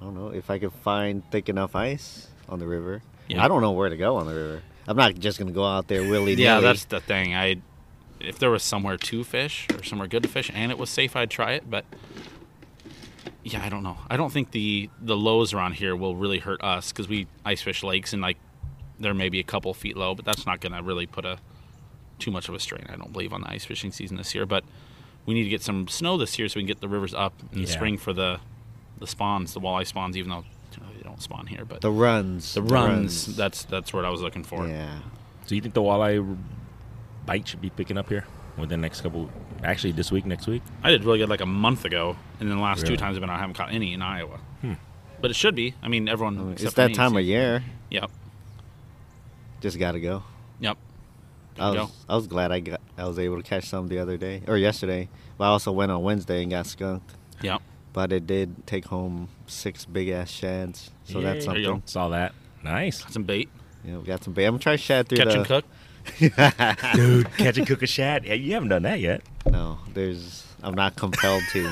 Speaker 2: I don't know if I could find thick enough ice on the river.
Speaker 3: Yeah.
Speaker 2: I don't know where to go on the river. I'm not just gonna go out there willy nilly.
Speaker 3: Yeah, that's the thing. I if there was somewhere to fish or somewhere good to fish and it was safe, I'd try it, but yeah, I don't know. I don't think the the lows around here will really hurt us cuz we ice fish lakes and like there may be a couple feet low, but that's not going to really put a too much of a strain, I don't believe on the ice fishing season this year, but we need to get some snow this year so we can get the rivers up in the
Speaker 1: Yeah.
Speaker 3: spring for the the spawns, the walleye spawns even though you know, they don't spawn here, but
Speaker 2: the runs.
Speaker 3: the runs, that's that's what I was looking for.
Speaker 2: Yeah.
Speaker 1: So you think the walleye bite should be picking up here within the next couple, actually this week, next week?
Speaker 3: I did really good like a month ago, and then the last
Speaker 1: Really?
Speaker 3: two times I've been out, I haven't caught any in Iowa. But it should be. I mean, everyone. except
Speaker 2: Hmm. Oh, it's
Speaker 3: for
Speaker 2: that
Speaker 3: me,
Speaker 2: time
Speaker 3: see-
Speaker 2: of year.
Speaker 3: Yep.
Speaker 2: Just gotta go.
Speaker 3: Yep.
Speaker 2: I was
Speaker 3: Go.
Speaker 2: I was glad I got I was able to catch some the other day or yesterday. But I also went on Wednesday and got skunked.
Speaker 3: Yep.
Speaker 2: But it did take home six big ass shads, so that's
Speaker 1: Yay.
Speaker 3: There you
Speaker 2: something.
Speaker 1: Saw that. Nice.
Speaker 3: Got some bait.
Speaker 2: Yeah, we got some bait. I'm gonna try shad through
Speaker 3: Catch
Speaker 2: the
Speaker 3: and cook.
Speaker 1: Dude, catch and cook a shad. Yeah, you haven't done that yet.
Speaker 2: No, there's. I'm not compelled to.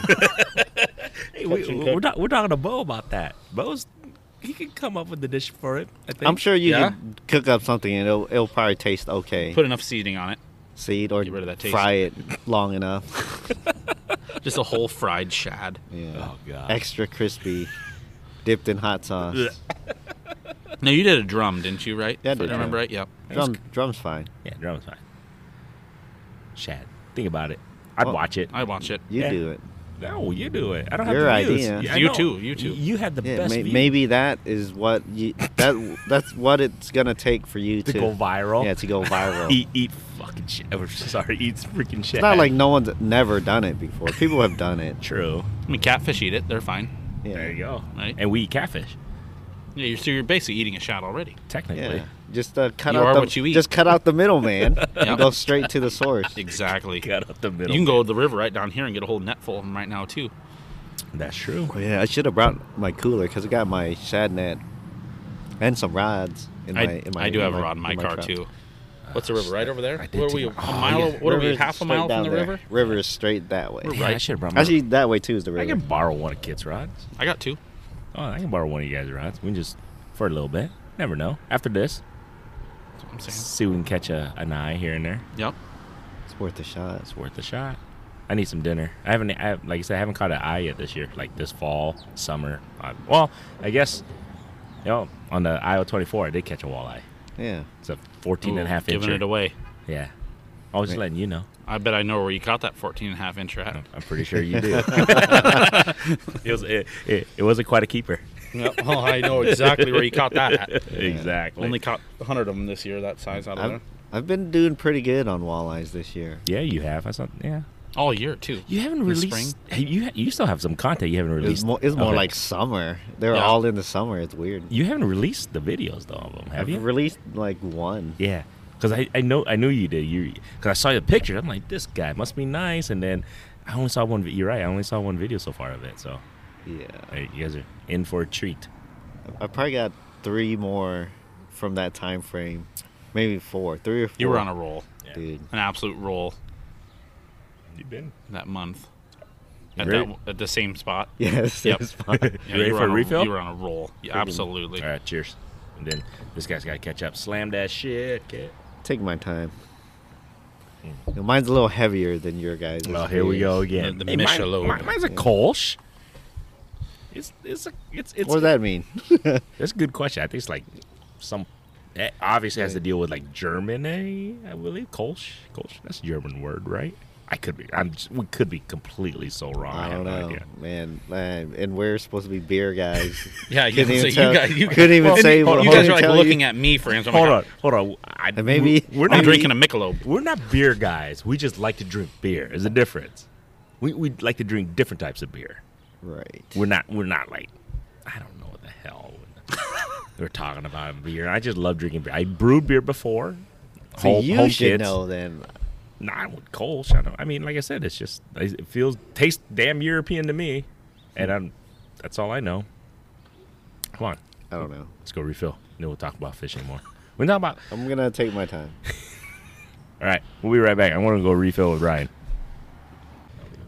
Speaker 1: Hey, we,
Speaker 2: Catch and
Speaker 1: we're,
Speaker 2: cook.
Speaker 1: not, we're talking to Bo about that. Bo's he can come up with the dish for it. I think.
Speaker 2: I'm sure you
Speaker 3: Yeah?
Speaker 2: can cook up something and it'll, it'll probably taste okay.
Speaker 3: Put enough seasoning on it.
Speaker 2: Seed or
Speaker 3: Get rid of that taste.
Speaker 2: fry it long enough.
Speaker 3: Just a whole fried shad.
Speaker 2: Yeah.
Speaker 1: Oh god.
Speaker 2: Extra crispy, dipped in hot sauce.
Speaker 1: Ugh.
Speaker 3: Now you did a drum, didn't you? Right?
Speaker 2: Yeah, I
Speaker 3: If
Speaker 2: did a
Speaker 3: remember
Speaker 2: drum.
Speaker 3: right. Yep.
Speaker 2: Drum, drum's fine.
Speaker 1: Yeah, drum's fine. Shad, think about it. I'd
Speaker 2: Well,
Speaker 1: watch it.
Speaker 3: I watch it.
Speaker 2: You
Speaker 1: Yeah.
Speaker 2: do it.
Speaker 1: no, you do it. I don't
Speaker 2: Your
Speaker 1: have the views.
Speaker 2: idea.
Speaker 1: I
Speaker 3: You
Speaker 1: know.
Speaker 3: too, you too.
Speaker 1: You had the
Speaker 2: Yeah,
Speaker 1: best
Speaker 2: may,
Speaker 1: view
Speaker 2: maybe that is what you that that's what it's gonna take for you
Speaker 1: to
Speaker 2: to,
Speaker 1: go viral.
Speaker 2: Yeah, to go viral.
Speaker 1: Eat, eat fucking shit. Or, sorry, eat freaking shit.
Speaker 2: It's not like no one's never done it before. People have done it.
Speaker 1: true.
Speaker 3: I mean, catfish eat it. They're fine.
Speaker 2: Yeah.
Speaker 1: There you go.
Speaker 3: Right.
Speaker 1: And we eat catfish,
Speaker 3: Yeah. You're, so you're basically eating a shad already.
Speaker 1: technically.
Speaker 2: Yeah. Just uh, cut
Speaker 3: You
Speaker 2: out
Speaker 3: are
Speaker 2: the
Speaker 3: what you eat.
Speaker 2: just cut out the middleman
Speaker 3: Yeah.
Speaker 2: and go straight to the source.
Speaker 3: Exactly. You
Speaker 1: Cut up the middle.
Speaker 3: can go to the river right down here and get a whole net full of them right now too.
Speaker 1: That's true.
Speaker 2: Oh, yeah, I should have brought my cooler because I got my shad net and some rods in
Speaker 3: I,
Speaker 2: my in my.
Speaker 3: I do have a
Speaker 2: my-
Speaker 3: rod in my car
Speaker 2: truck.
Speaker 3: too. What's the river right over there?
Speaker 1: I did
Speaker 3: What are
Speaker 1: take
Speaker 3: we? A
Speaker 1: my- oh,
Speaker 3: mile?
Speaker 1: yeah.
Speaker 3: What are we?
Speaker 2: River's
Speaker 3: Half a
Speaker 2: straight
Speaker 3: mile from
Speaker 2: down
Speaker 3: the
Speaker 2: there.
Speaker 3: river?
Speaker 2: River is straight that way.
Speaker 1: Yeah, I should have brought my.
Speaker 2: Actually, that way too is the river.
Speaker 1: I can borrow one of Kit's rods.
Speaker 3: I got two.
Speaker 1: Oh, I can borrow one of you guys' rods. We can just for a little bit. Never know. After this,
Speaker 3: That's what I'm saying.
Speaker 1: see if we can catch a, an eye here and there.
Speaker 3: Yep.
Speaker 2: It's worth a shot.
Speaker 1: It's worth a shot. I need some dinner. I haven't, I, like I said, I haven't caught an eye yet this year. Like this fall, summer. Uh, well, I guess, you know, on the IO 24, I did catch a walleye.
Speaker 2: Yeah.
Speaker 1: It's a 14 and a
Speaker 3: Ooh,
Speaker 1: half inch.
Speaker 3: Giving it away.
Speaker 1: Yeah. I was just
Speaker 2: Right.
Speaker 1: letting you know.
Speaker 3: I bet I know where you caught that 14 and a half inch at.
Speaker 1: I'm pretty sure you did. it was it, it, it wasn't quite a keeper.
Speaker 3: oh, I know exactly where you caught that at.
Speaker 1: Exactly.
Speaker 3: Only caught 100 of them this year, that size out of
Speaker 2: I've,
Speaker 3: there.
Speaker 2: I've been doing pretty good on walleyes this year.
Speaker 1: yeah, you have. I saw. Yeah.
Speaker 3: All year, too.
Speaker 1: You haven't
Speaker 3: In the
Speaker 1: released. You you still have some content you haven't released.
Speaker 2: It's more, it's more
Speaker 1: Okay.
Speaker 2: like summer. They're
Speaker 3: Yeah.
Speaker 2: all in the summer. It's weird.
Speaker 1: you haven't released the videos though of them, have
Speaker 2: I've
Speaker 1: you?
Speaker 2: released like one.
Speaker 1: yeah, because I, I know I knew you did. You because I saw your picture. I'm like, this guy must be nice. And then I only saw one. vi- You're right. I only saw one video so far of it. So
Speaker 2: Yeah.
Speaker 1: hey, you guys are in for a treat.
Speaker 2: I probably got three more from that time frame. Maybe four. Three or four.
Speaker 3: You were on a roll,
Speaker 2: Dude.
Speaker 3: an absolute roll
Speaker 1: You've been.
Speaker 3: that month at,
Speaker 1: Really?
Speaker 3: that, at the same spot.
Speaker 2: Yes.
Speaker 3: Yep.
Speaker 2: It was fun.
Speaker 1: You ready
Speaker 3: were
Speaker 1: for a
Speaker 3: on
Speaker 1: refill?
Speaker 3: You were on a roll. Yeah, absolutely.
Speaker 1: All right, cheers. And then this guy's got to catch up. Slam that shit, kid.
Speaker 2: Take my time.
Speaker 3: Hmm.
Speaker 2: Now, mine's a little heavier than your guys.
Speaker 1: Well, here we go again.
Speaker 3: The- the
Speaker 1: mine-
Speaker 3: Michelob.
Speaker 1: mine- mine's a Kolsch. It's it's a it's it's
Speaker 2: What does that mean?
Speaker 1: That's a good question. I think it's like some. It obviously has to deal with like Germany, I believe. Kolsch. Kolsch. That's a German word, right? I could be. I'm. Just, we could be completely so wrong. I,
Speaker 2: I
Speaker 1: have
Speaker 2: don't
Speaker 1: no
Speaker 2: know,
Speaker 1: idea.
Speaker 2: man. man. And we're supposed to be beer guys.
Speaker 3: Yeah, you,
Speaker 2: Couldn't
Speaker 3: so
Speaker 2: even
Speaker 3: you
Speaker 2: tell-
Speaker 3: guys, you
Speaker 2: couldn't even
Speaker 3: well,
Speaker 2: say
Speaker 3: you
Speaker 2: what-
Speaker 3: guys
Speaker 2: couldn't
Speaker 3: are like
Speaker 2: tell you.
Speaker 3: looking at me for answers. I'm
Speaker 1: Hold
Speaker 3: like,
Speaker 1: on. Hold on. I,
Speaker 2: And maybe-
Speaker 1: we're
Speaker 3: I'm
Speaker 1: not
Speaker 3: drinking a Michelob.
Speaker 1: We're not beer guys. We just like to drink beer. Is the difference. We we like to drink different types of beer.
Speaker 2: right.
Speaker 1: We're not. We're not like. I don't know what the hell we're talking about in beer. I just love drinking beer. I brewed beer before.
Speaker 2: So
Speaker 1: Home-
Speaker 2: you
Speaker 1: home
Speaker 2: should
Speaker 1: kids.
Speaker 2: know then.
Speaker 1: Not with Kolsch. I, don't, I mean, like I said, it's just it feels tastes damn European to me, and I'm that's all I know. Come on,
Speaker 2: I don't know.
Speaker 1: let's go refill. Then we'll talk about fish anymore. We're talking about.
Speaker 2: I'm gonna take my time.
Speaker 1: All right, we'll be right back. I'm going to go refill with Ryan.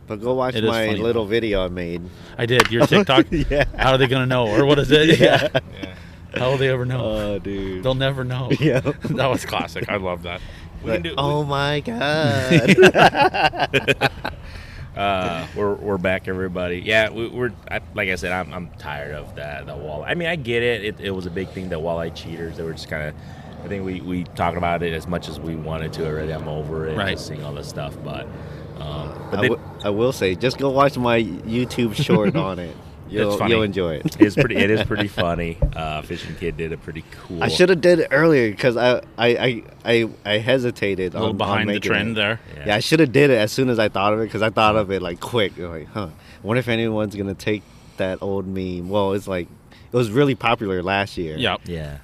Speaker 2: But go watch
Speaker 3: It is
Speaker 2: my
Speaker 3: funny,
Speaker 2: little video I made.
Speaker 3: I did. Your TikTok.
Speaker 2: Yeah.
Speaker 3: How are they gonna know? Or what is it? Yeah. How will they ever know?
Speaker 2: Oh, dude.
Speaker 3: They'll never know.
Speaker 2: yeah.
Speaker 3: That was classic. I love that.
Speaker 1: We can
Speaker 2: Like,
Speaker 1: do. it.
Speaker 2: oh my god.
Speaker 1: Uh, we're, we're back, everybody. Yeah, we, we're I, like I said, I'm, I'm tired of that the walleye. I mean, I get it. it. It was a big thing the walleye cheaters. They were just kind of. I think we we talked about it as much as we wanted to already. I'm over it.
Speaker 3: Right.
Speaker 1: Just seeing all this stuff, but. Um, but
Speaker 2: I,
Speaker 1: they-
Speaker 2: w- I will say, just go watch my YouTube short on it. You'll
Speaker 3: funny.
Speaker 2: you'll enjoy it.
Speaker 1: it's pretty. It is pretty funny. Uh, Fishing Kid did a pretty cool.
Speaker 2: I should have did it earlier because I, I I I I hesitated.
Speaker 3: A little
Speaker 2: on, on
Speaker 3: behind the
Speaker 2: making
Speaker 3: trend
Speaker 2: it.
Speaker 3: there.
Speaker 1: Yeah.
Speaker 2: Yeah, I should have did it as soon as I thought of it because I thought of it like quick. I'm like, huh? I wonder if anyone's gonna take that old meme. Well, it's like it was really popular last year.
Speaker 3: Yep.
Speaker 1: Yeah.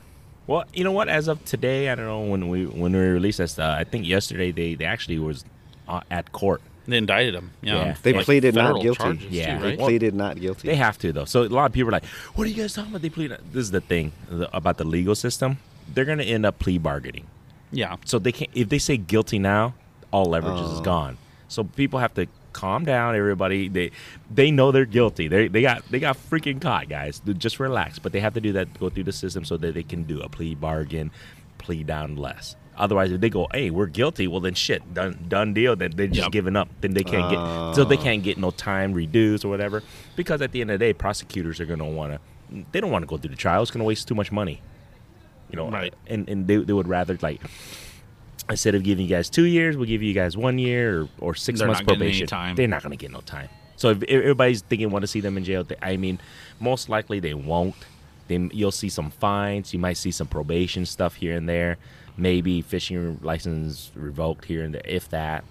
Speaker 1: Well, you know what? As of today, I don't know when we when we released this. Uh, I think yesterday they they actually was uh, at court.
Speaker 3: They indicted him. Yeah.
Speaker 1: Yeah.
Speaker 2: They
Speaker 3: Like
Speaker 2: pleaded not
Speaker 3: federal
Speaker 2: guilty.
Speaker 3: charges, too,
Speaker 1: Yeah.
Speaker 2: They
Speaker 3: right?
Speaker 2: pleaded not guilty.
Speaker 1: They have to though. So a lot of people are like, "What are you guys talking about?" They plead. This is the thing the, about the legal system. They're gonna end up plea bargaining.
Speaker 3: yeah.
Speaker 1: So they can't if they say guilty now, all leverage is
Speaker 2: Oh.
Speaker 1: gone. So people have to calm down, everybody. They they know they're guilty. They they got they got freaking caught, guys. Just relax. But they have to do that, go through the system so that they can do a plea bargain, plea down less. Otherwise, if they go, hey, we're guilty. Well, then shit, done, done deal. Then they're just
Speaker 3: Yep.
Speaker 1: giving up. Then they can't get, so they can't get no time reduced or whatever. Because at the end of the day, prosecutors are gonna wanna, they don't want to go through the trial. It's gonna waste too much money, you know.
Speaker 3: Right.
Speaker 1: And and they, they would rather like instead of giving you guys two years, we'll give you guys one year or, or 6
Speaker 3: They're
Speaker 1: months
Speaker 3: not getting any
Speaker 1: probation.
Speaker 3: time.
Speaker 1: They're not gonna get no time. So if e-, everybody's thinking want to see them in jail, they, I mean, most likely they won't. Then you'll see some fines. You might see some probation stuff here and there. Maybe fishing license revoked here and there, if that.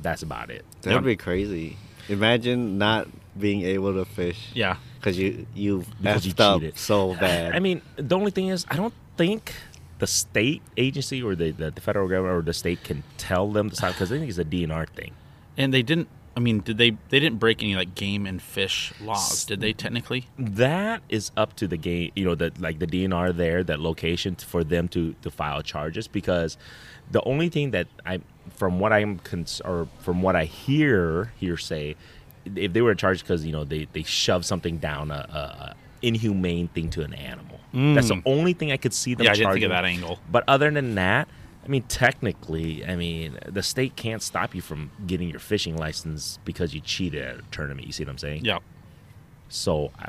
Speaker 1: That's about it.
Speaker 2: That'd
Speaker 3: Yeah.
Speaker 2: be crazy. Imagine not being able to fish.
Speaker 3: Yeah.
Speaker 2: Because you you
Speaker 1: Because you
Speaker 2: effed up
Speaker 1: cheated.
Speaker 2: so bad.
Speaker 1: I mean, the only thing is, I don't think the state agency or the, the, the federal government or the state can tell them to stop because I think it's a DNR thing.
Speaker 3: And they didn't. I mean, did they? They didn't break any like game and fish laws, did they? Technically,
Speaker 1: that is up to the game you know that like the dnr there that location t- for them to to file charges because the only thing that i from what i'm cons- or from what i hear hearsay if they were charged because you know they they shoved something down a, a, a inhumane thing to an animal that's the only thing i could see them
Speaker 3: Mm. yeah, I
Speaker 1: charging
Speaker 3: didn't think of that angle.
Speaker 1: but other than that, I mean, technically, I mean, the state can't stop you from getting your fishing license because you cheated at a tournament. You see what I'm saying?
Speaker 3: Yeah,
Speaker 1: So I,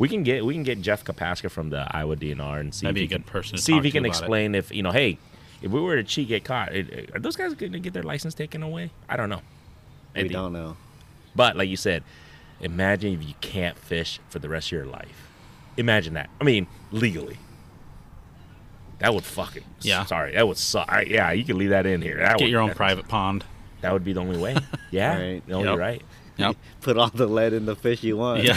Speaker 1: we can get we can get Jeff Kapaska from the Iowa DNR and see
Speaker 3: That'd
Speaker 1: if he
Speaker 3: be a good
Speaker 1: can-
Speaker 3: person to
Speaker 1: see
Speaker 3: talk
Speaker 1: if he
Speaker 3: to
Speaker 1: can
Speaker 3: about it.
Speaker 1: explain if you know, hey, if we were to cheat, get caught, it- it- are those guys going to get their license taken away? I don't know. I
Speaker 2: we
Speaker 1: think-
Speaker 2: don't know.
Speaker 1: But like you said, imagine if you can't fish for the rest of your life. Imagine that. I mean, legally. That would fucking
Speaker 3: Yeah.
Speaker 1: Sorry, that would suck. I, yeah, you can leave that in here. That
Speaker 3: get
Speaker 1: would-
Speaker 3: your own
Speaker 1: that-
Speaker 3: private pond.
Speaker 1: That would be the only way. Yeah,
Speaker 2: Right.
Speaker 1: the only
Speaker 3: Yep.
Speaker 1: right.
Speaker 3: Yep.
Speaker 2: Put all the lead in the fish you want.
Speaker 3: yeah.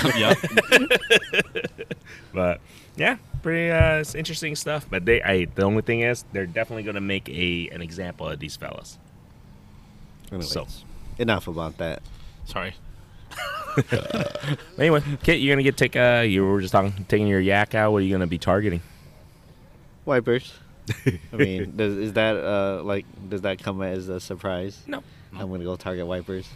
Speaker 3: Yep.
Speaker 1: But yeah, pretty uh, it's interesting stuff. But they, I, the only thing is, they're definitely gonna make a an example of these fellas.
Speaker 2: Anyways,
Speaker 1: So.
Speaker 2: enough about that.
Speaker 3: Sorry.
Speaker 1: Anyway, Kit, you're gonna get take. Uh, you were just talking, taking your yak out. What are you gonna be targeting?
Speaker 2: Wipers. I mean, does is that uh like does that come as a surprise?
Speaker 1: No,
Speaker 2: I'm gonna go target wipers.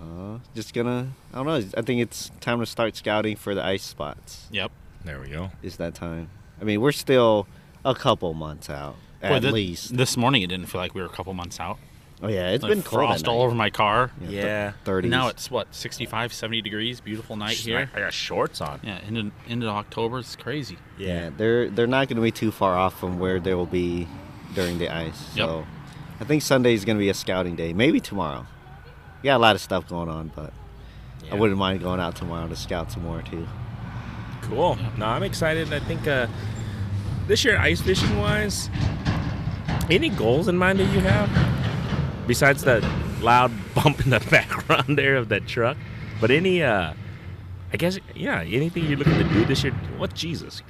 Speaker 2: Uh, just gonna I don't know. I think it's time to start scouting for the ice spots.
Speaker 3: Yep.
Speaker 1: there we go.
Speaker 2: Is that time? I mean, we're still a couple months out at
Speaker 3: Boy, thi-
Speaker 2: least.
Speaker 3: this morning it didn't feel like we were a couple months out.
Speaker 2: oh yeah, it's
Speaker 3: Like
Speaker 2: been cold.
Speaker 3: frost
Speaker 2: at
Speaker 3: all
Speaker 2: night.
Speaker 3: over my car.
Speaker 1: Yeah.
Speaker 2: thirties.
Speaker 3: Now it's what 65, 70 degrees. Beautiful night here.
Speaker 1: I got shorts on.
Speaker 3: Yeah, end of, end of October. It's crazy.
Speaker 2: yeah, they're they're not gonna be too far off from where they will be during the ice.
Speaker 3: Yep.
Speaker 2: So I think Sunday is gonna be a scouting day. Maybe tomorrow. We got a lot of stuff going on, but I wouldn't mind going out tomorrow to scout some more too.
Speaker 1: Cool. No, I'm excited. I think uh, this year, ice fishing wise, any goals in mind that you have besides that loud bump in the background there of that truck? But any, uh, I guess, yeah, anything you're looking to do this year? What Jesus?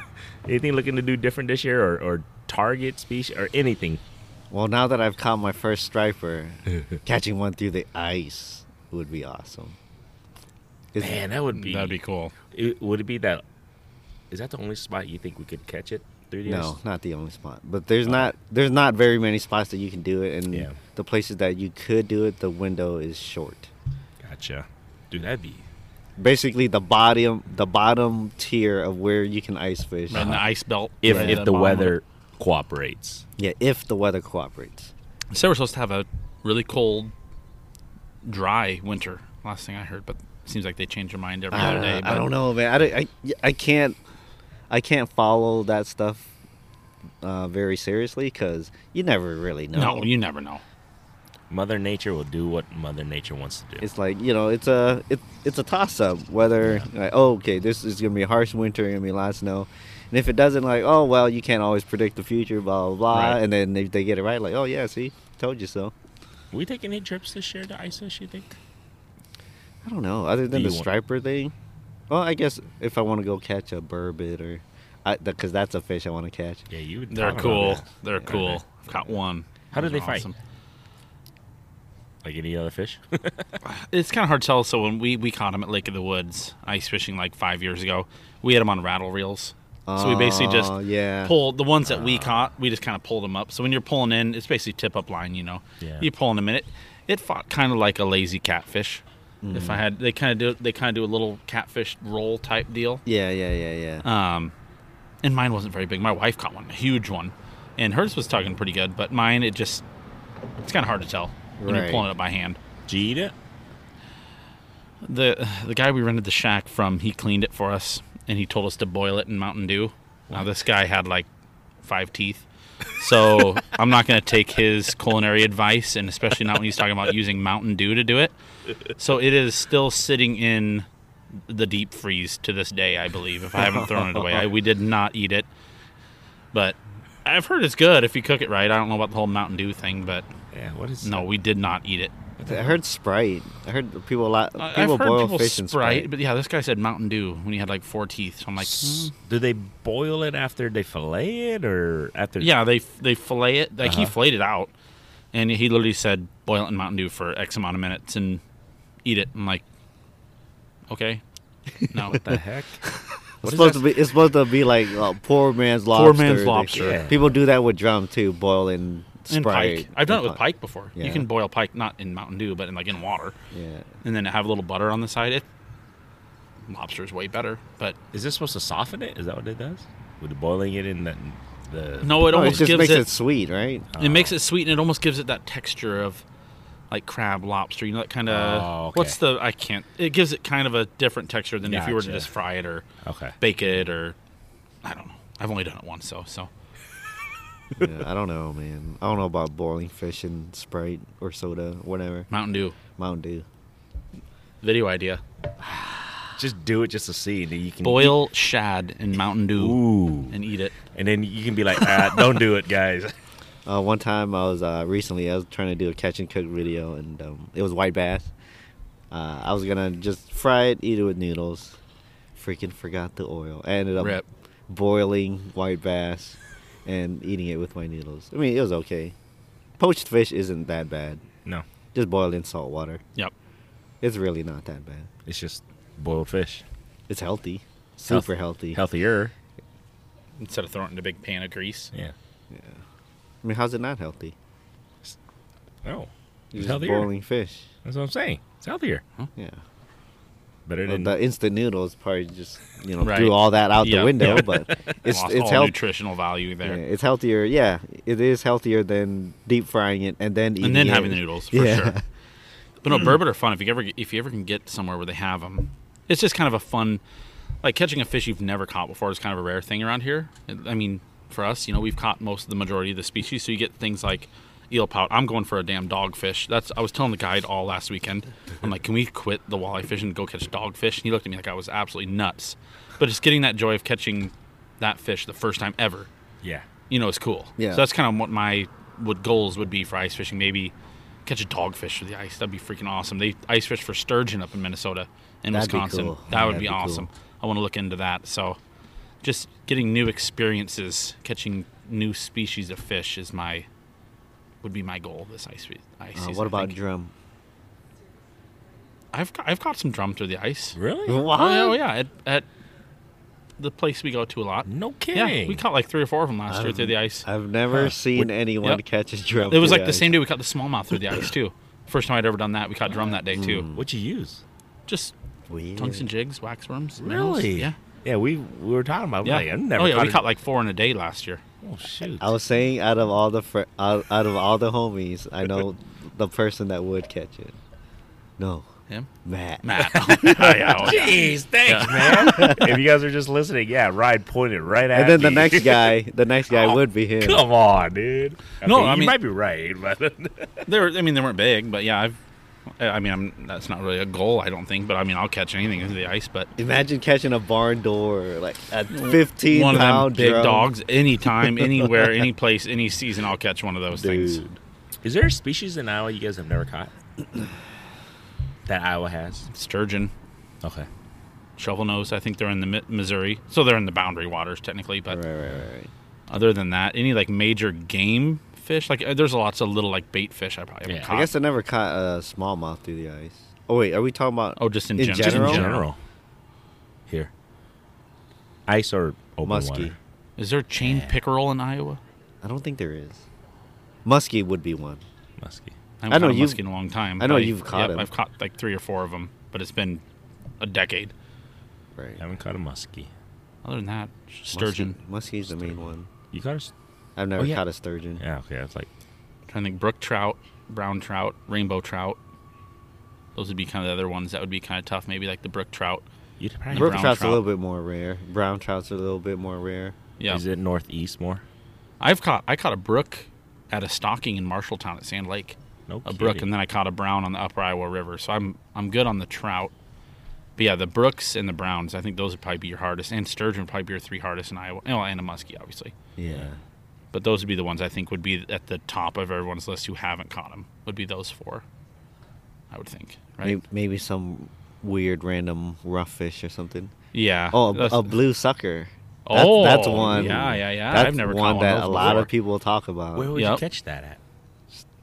Speaker 1: anything looking to do different this year, or, or target species, or anything?
Speaker 2: Well, now that I've caught my first striper, catching one through the ice would be awesome. It's-
Speaker 1: Man, that would be.
Speaker 3: That'd be cool.
Speaker 1: It, would it be that? Is that the only spot you think we could catch it through the
Speaker 2: no, not the only spot, but there's not there's not very many spots that you can do it, and
Speaker 1: Yeah.
Speaker 2: the places that you could do it, the window is short.
Speaker 1: Gotcha, dude. That'd be
Speaker 2: Basically, the bottom the bottom tier of where you can ice fish.
Speaker 3: And the ice belt.
Speaker 1: if
Speaker 3: right at
Speaker 1: if the
Speaker 3: bottom of
Speaker 1: weather cooperates.
Speaker 2: Yeah, if the weather cooperates.
Speaker 3: it. So we're supposed to have a really cold, dry winter. Last thing I heard, but it seems like they change their mind every other
Speaker 2: Uh,
Speaker 3: day.
Speaker 2: I
Speaker 3: but-
Speaker 2: don't know, man. I, don't- I, I can't I can't follow that stuff uh, very seriously because you never really know.
Speaker 3: No, you never know.
Speaker 1: Mother Nature will do what Mother Nature wants to do.
Speaker 2: it's like you know, it's a it, it's a toss up whether like oh okay, this is gonna be a harsh winter, gonna be a lot of snow, and if it doesn't, like oh well, you can't always predict the future, blah blah blah,
Speaker 1: Right.
Speaker 2: and then if they get it right, like oh yeah, see, told you so.
Speaker 1: we take any trips this year to ISIS, you think?
Speaker 2: I don't know. Other than
Speaker 1: you
Speaker 2: the
Speaker 1: want-
Speaker 2: striper thing, well, I guess if I want to go catch a burbot or, I because that's a fish I want to catch.
Speaker 1: Yeah, you would.
Speaker 3: They're
Speaker 1: talk about
Speaker 3: cool.
Speaker 1: that.
Speaker 3: They're cool. I've caught one.
Speaker 1: How do
Speaker 3: Those
Speaker 1: they
Speaker 3: are
Speaker 1: fight?
Speaker 3: awesome.
Speaker 1: Like any other fish?
Speaker 3: It's kind of hard to tell. So when we we caught them at Lake of the Woods ice fishing like five years ago, we had them on rattle reels. So we basically just
Speaker 2: Oh, yeah.
Speaker 3: pull the ones that we caught. We just kind of pulled them up. So when you're pulling in, it's basically tip up line. You know,
Speaker 1: Yeah.
Speaker 3: you're pulling them in. It It fought kind of like a lazy catfish.
Speaker 2: Mm.
Speaker 3: If I had, they kind of do they kind of do a little catfish roll type deal.
Speaker 2: Yeah, yeah, yeah, yeah.
Speaker 3: Um, and mine wasn't very big. My wife caught one, a huge one, and hers was tugging pretty good. But mine, it just it's kind of hard to tell when you're
Speaker 2: Right.
Speaker 3: pulling it by hand.
Speaker 1: Did you eat it?
Speaker 3: The the guy we rented the shack from, he cleaned it for us, and he told us to boil it in Mountain Dew. Now this guy had like five teeth, so I'm not going to take his culinary advice, and especially not when he's talking about using Mountain Dew to do it. So it is still sitting in the deep freeze to this day, I believe. If I haven't thrown it away, I, we did not eat it, but I've heard it's good if you cook it right. I don't know about the whole Mountain Dew thing, but
Speaker 1: Yeah. What is
Speaker 3: no, we did not eat it.
Speaker 2: I heard Sprite. I heard people a lot. People
Speaker 3: I- I've heard
Speaker 2: boil
Speaker 3: people
Speaker 2: fish in
Speaker 3: Sprite,
Speaker 2: Sprite.
Speaker 3: but yeah, this guy said Mountain Dew when he had like four teeth. So I'm like,
Speaker 1: S- Do they boil it after they fillet it or after?
Speaker 3: yeah, they they fillet it. Like he
Speaker 1: Uh-huh.
Speaker 3: filleted it out, and he literally said boil it in Mountain Dew for X amount of minutes and eat it. I'm like, okay, no,
Speaker 1: The heck?
Speaker 2: It's
Speaker 1: What is
Speaker 2: supposed to
Speaker 1: that?
Speaker 2: be. It's supposed to be like uh, poor man's lobster.
Speaker 3: Poor man's
Speaker 2: They-
Speaker 3: lobster.
Speaker 1: Yeah.
Speaker 2: People do that with drum too, boiling Sprite.
Speaker 3: and pike. I've done it
Speaker 2: and
Speaker 3: with pike before. You
Speaker 2: Yeah.
Speaker 3: can boil pike not in Mountain Dew, but in like in water,
Speaker 2: Yeah.
Speaker 3: and then have a little butter on the side. It lobster's way better, but
Speaker 1: Is this supposed to soften it? Is that what it does? With boiling it in the the
Speaker 3: no, it
Speaker 2: No, Oh, it
Speaker 3: almost
Speaker 2: just
Speaker 3: gives
Speaker 2: makes
Speaker 3: it,
Speaker 2: it, sweet, right?
Speaker 3: It makes
Speaker 1: Oh.
Speaker 3: it sweet and it almost gives it that texture of like crab lobster, you know that kind of
Speaker 1: Oh, okay.
Speaker 3: what's the I can't. It gives it kind of a different texture than if you were to
Speaker 1: Gotcha.
Speaker 3: just fry it or
Speaker 1: Okay.
Speaker 3: bake it or I don't know. I've only done it once so so.
Speaker 2: yeah, I don't know, man. I don't know about boiling fish and Sprite or soda, whatever.
Speaker 3: Mountain Dew
Speaker 2: Mountain Dew.
Speaker 3: video idea.
Speaker 1: Mm-hmm. Just do it just to see, and then you can
Speaker 3: Boil shad in Mountain Dew
Speaker 1: Ooh.
Speaker 3: and eat it.
Speaker 1: and then you can be like, ah, don't do it, guys.
Speaker 2: Uh, one time I was uh, recently I was trying to do a catch and cook video and um, it was white bass. Uh, I was gonna just fry it, eat it with noodles. Freaking forgot the oil. I ended up
Speaker 3: Rip.
Speaker 2: boiling white bass and eating it with my noodles. I mean it was okay. Poached fish isn't that bad.
Speaker 1: No,
Speaker 2: Just boiled in salt water.
Speaker 3: Yep.
Speaker 2: It's really not that bad.
Speaker 1: it's just boiled fish.
Speaker 2: It's healthy. Super healthy.
Speaker 1: Healthier.
Speaker 3: Instead of throwing it in a big pan of grease.
Speaker 1: Yeah.
Speaker 2: I mean, how's it not healthy?
Speaker 1: Oh,
Speaker 2: You're
Speaker 1: it's
Speaker 2: just
Speaker 1: healthier.
Speaker 2: boiling fish.
Speaker 1: That's what I'm saying. It's healthier.
Speaker 2: Yeah.
Speaker 1: Better
Speaker 2: Well,
Speaker 1: than
Speaker 2: the instant noodles probably just you know
Speaker 3: Right.
Speaker 2: threw all that out
Speaker 3: Yeah,
Speaker 2: the window,
Speaker 3: yeah.
Speaker 2: but it's
Speaker 3: Lost
Speaker 2: it's
Speaker 3: all
Speaker 2: healthy.
Speaker 3: nutritional value there.
Speaker 2: it's healthier. Yeah, it is healthier than deep frying it and then eating
Speaker 3: and then
Speaker 2: it.
Speaker 3: having the noodles for
Speaker 2: Yeah.
Speaker 3: sure. But no, burbot are fun if you ever if you ever can get somewhere where they have them. It's just kind of a fun, like catching a fish you've never caught before is kind of a rare thing around here. I mean, for us, you know, we've caught most of the majority of the species, so you get things like eel pout. I'm going for a damn dogfish. That's I was telling the guide all last weekend. I'm like, can we quit the walleye fishing and go catch dogfish? And he looked at me like I was absolutely nuts. But it's getting that joy of catching that fish the first time ever
Speaker 1: yeah.
Speaker 3: you know, it's cool.
Speaker 2: Yeah.
Speaker 3: So that's kind of what my what goals would be for ice fishing. Maybe catch a dogfish for the ice. That'd be freaking awesome. They ice fish for sturgeon up in Minnesota and
Speaker 2: That'd be
Speaker 3: Wisconsin.
Speaker 2: cool.
Speaker 3: That would
Speaker 2: That'd
Speaker 3: be,
Speaker 2: be cool.
Speaker 3: awesome. I want to look into that. So just getting new experiences, catching new species of fish is my would be my goal this ice fe- ice
Speaker 2: Uh,
Speaker 3: season.
Speaker 2: what
Speaker 3: I
Speaker 2: about
Speaker 3: think.
Speaker 2: drum?
Speaker 3: I've ca- I've caught some drum through the ice.
Speaker 1: Really?
Speaker 2: What?
Speaker 3: Oh yeah, oh, yeah. At, at the place we go to a lot.
Speaker 1: No
Speaker 3: Yeah,
Speaker 1: kidding.
Speaker 3: we caught like three or four of them last year
Speaker 2: I've-
Speaker 3: through the ice.
Speaker 2: I've never
Speaker 1: Huh.
Speaker 2: seen anyone
Speaker 3: Yep.
Speaker 2: catch a drum.
Speaker 3: It was
Speaker 2: through
Speaker 3: like the
Speaker 2: ice.
Speaker 3: same day we caught the smallmouth through the ice too. First time I'd ever done that. We caught drum that day too.
Speaker 1: What you use?
Speaker 3: Just
Speaker 2: Weird.
Speaker 3: tungsten jigs, waxworms. minnows.
Speaker 1: Really?
Speaker 3: Yeah.
Speaker 1: Yeah, we we were talking about.
Speaker 3: Yeah.
Speaker 1: Like, I never.
Speaker 3: oh yeah,
Speaker 1: caught
Speaker 3: we
Speaker 1: a-
Speaker 3: caught like four in a day last year.
Speaker 1: Oh shoot.
Speaker 2: I was saying, out of all the fr- out, out of all the homies, I know the person that would catch it. No,
Speaker 3: Him,
Speaker 2: Matt.
Speaker 3: Matt. Oh, yeah, oh, yeah.
Speaker 1: Jeez, thanks, man. if you guys are just listening, yeah, Ryan pointed right at.
Speaker 2: And then the
Speaker 1: me.
Speaker 2: next guy, the next guy
Speaker 1: Oh,
Speaker 2: would be him.
Speaker 1: Come on, dude.
Speaker 3: No, I
Speaker 1: you
Speaker 3: mean-
Speaker 1: might be right, but
Speaker 3: They were. I mean, they weren't big, but yeah, I've. I I mean, I'm, that's not really a goal, I don't think. But I mean, I'll catch anything through the ice. But
Speaker 2: Imagine catching a barn door, like a 15
Speaker 3: one of them
Speaker 2: pound
Speaker 3: big
Speaker 2: drum.
Speaker 3: dogs, anytime, anywhere, any place, any season, I'll catch one of those things.
Speaker 2: Dude.
Speaker 1: is there a species in Iowa you guys have never caught that Iowa has?
Speaker 3: Sturgeon,
Speaker 1: Okay.
Speaker 3: shovel nose. I think they're in the Mi- Missouri, so they're in the boundary waters technically. But
Speaker 2: Right, right, right, right.
Speaker 3: other than that, any like major game fish, like uh, there's lots of little like bait fish I probably haven't
Speaker 1: Yeah.
Speaker 3: caught.
Speaker 2: I guess I never caught a smallmouth through the ice. Oh wait, are we talking about?
Speaker 3: oh, just in,
Speaker 2: in
Speaker 3: gen-
Speaker 2: general?
Speaker 1: In general. Here. Ice or open
Speaker 2: Muskie.
Speaker 1: water?
Speaker 3: Is there chain pickerel in Iowa?
Speaker 2: I don't think there is. Muskie would be one.
Speaker 1: Muskie.
Speaker 3: I,
Speaker 2: I
Speaker 3: haven't
Speaker 2: know
Speaker 3: caught a
Speaker 2: you've-
Speaker 3: muskie in a long time.
Speaker 2: I know
Speaker 3: I-
Speaker 2: you've caught
Speaker 3: yep,
Speaker 2: them.
Speaker 3: I've caught like three or four of them, but it's been a decade.
Speaker 2: Right.
Speaker 1: haven't caught a muskie.
Speaker 3: Other than that, sturgeon.
Speaker 2: Muskie's the main one.
Speaker 1: You caught a? s-
Speaker 2: I've never
Speaker 1: Oh, yeah.
Speaker 2: caught a sturgeon.
Speaker 1: Yeah. Okay. I was like,
Speaker 3: trying to think, brook trout, brown trout, rainbow trout. Those would be kind of the other ones that would be kind of tough. Maybe like the brook trout.
Speaker 1: you probably.
Speaker 3: And
Speaker 2: Brook
Speaker 3: brown
Speaker 2: trout's
Speaker 3: trout.
Speaker 2: a little bit more rare. Brown trout's a little bit more rare.
Speaker 3: Yeah,
Speaker 1: Is it northeast more?
Speaker 3: I've caught I caught a brook at a stocking in Marshalltown at Sand Lake.
Speaker 1: No.
Speaker 3: a brook,
Speaker 1: kidding.
Speaker 3: and then I caught a brown on the Upper Iowa River. So I'm I'm good on the trout. But yeah, the brooks and the browns, I think those would probably be your hardest, and sturgeon would probably be your three hardest in Iowa. Oh, and a muskie, obviously.
Speaker 2: Yeah.
Speaker 3: But those would be the ones I think would be at the top of everyone's list who haven't caught them. Would be those four, I would think. Right?
Speaker 2: Maybe, maybe some weird random rough fish or something.
Speaker 3: Yeah.
Speaker 2: Oh, a,
Speaker 3: That's-
Speaker 2: a blue sucker. That's, that's
Speaker 3: Oh,
Speaker 2: one.
Speaker 3: yeah, yeah, yeah.
Speaker 2: That's
Speaker 3: I've never caught
Speaker 2: one
Speaker 3: one of
Speaker 2: that
Speaker 3: those
Speaker 2: a lot
Speaker 3: before.
Speaker 2: of people talk about.
Speaker 1: Where would you
Speaker 3: Yep.
Speaker 1: catch that at?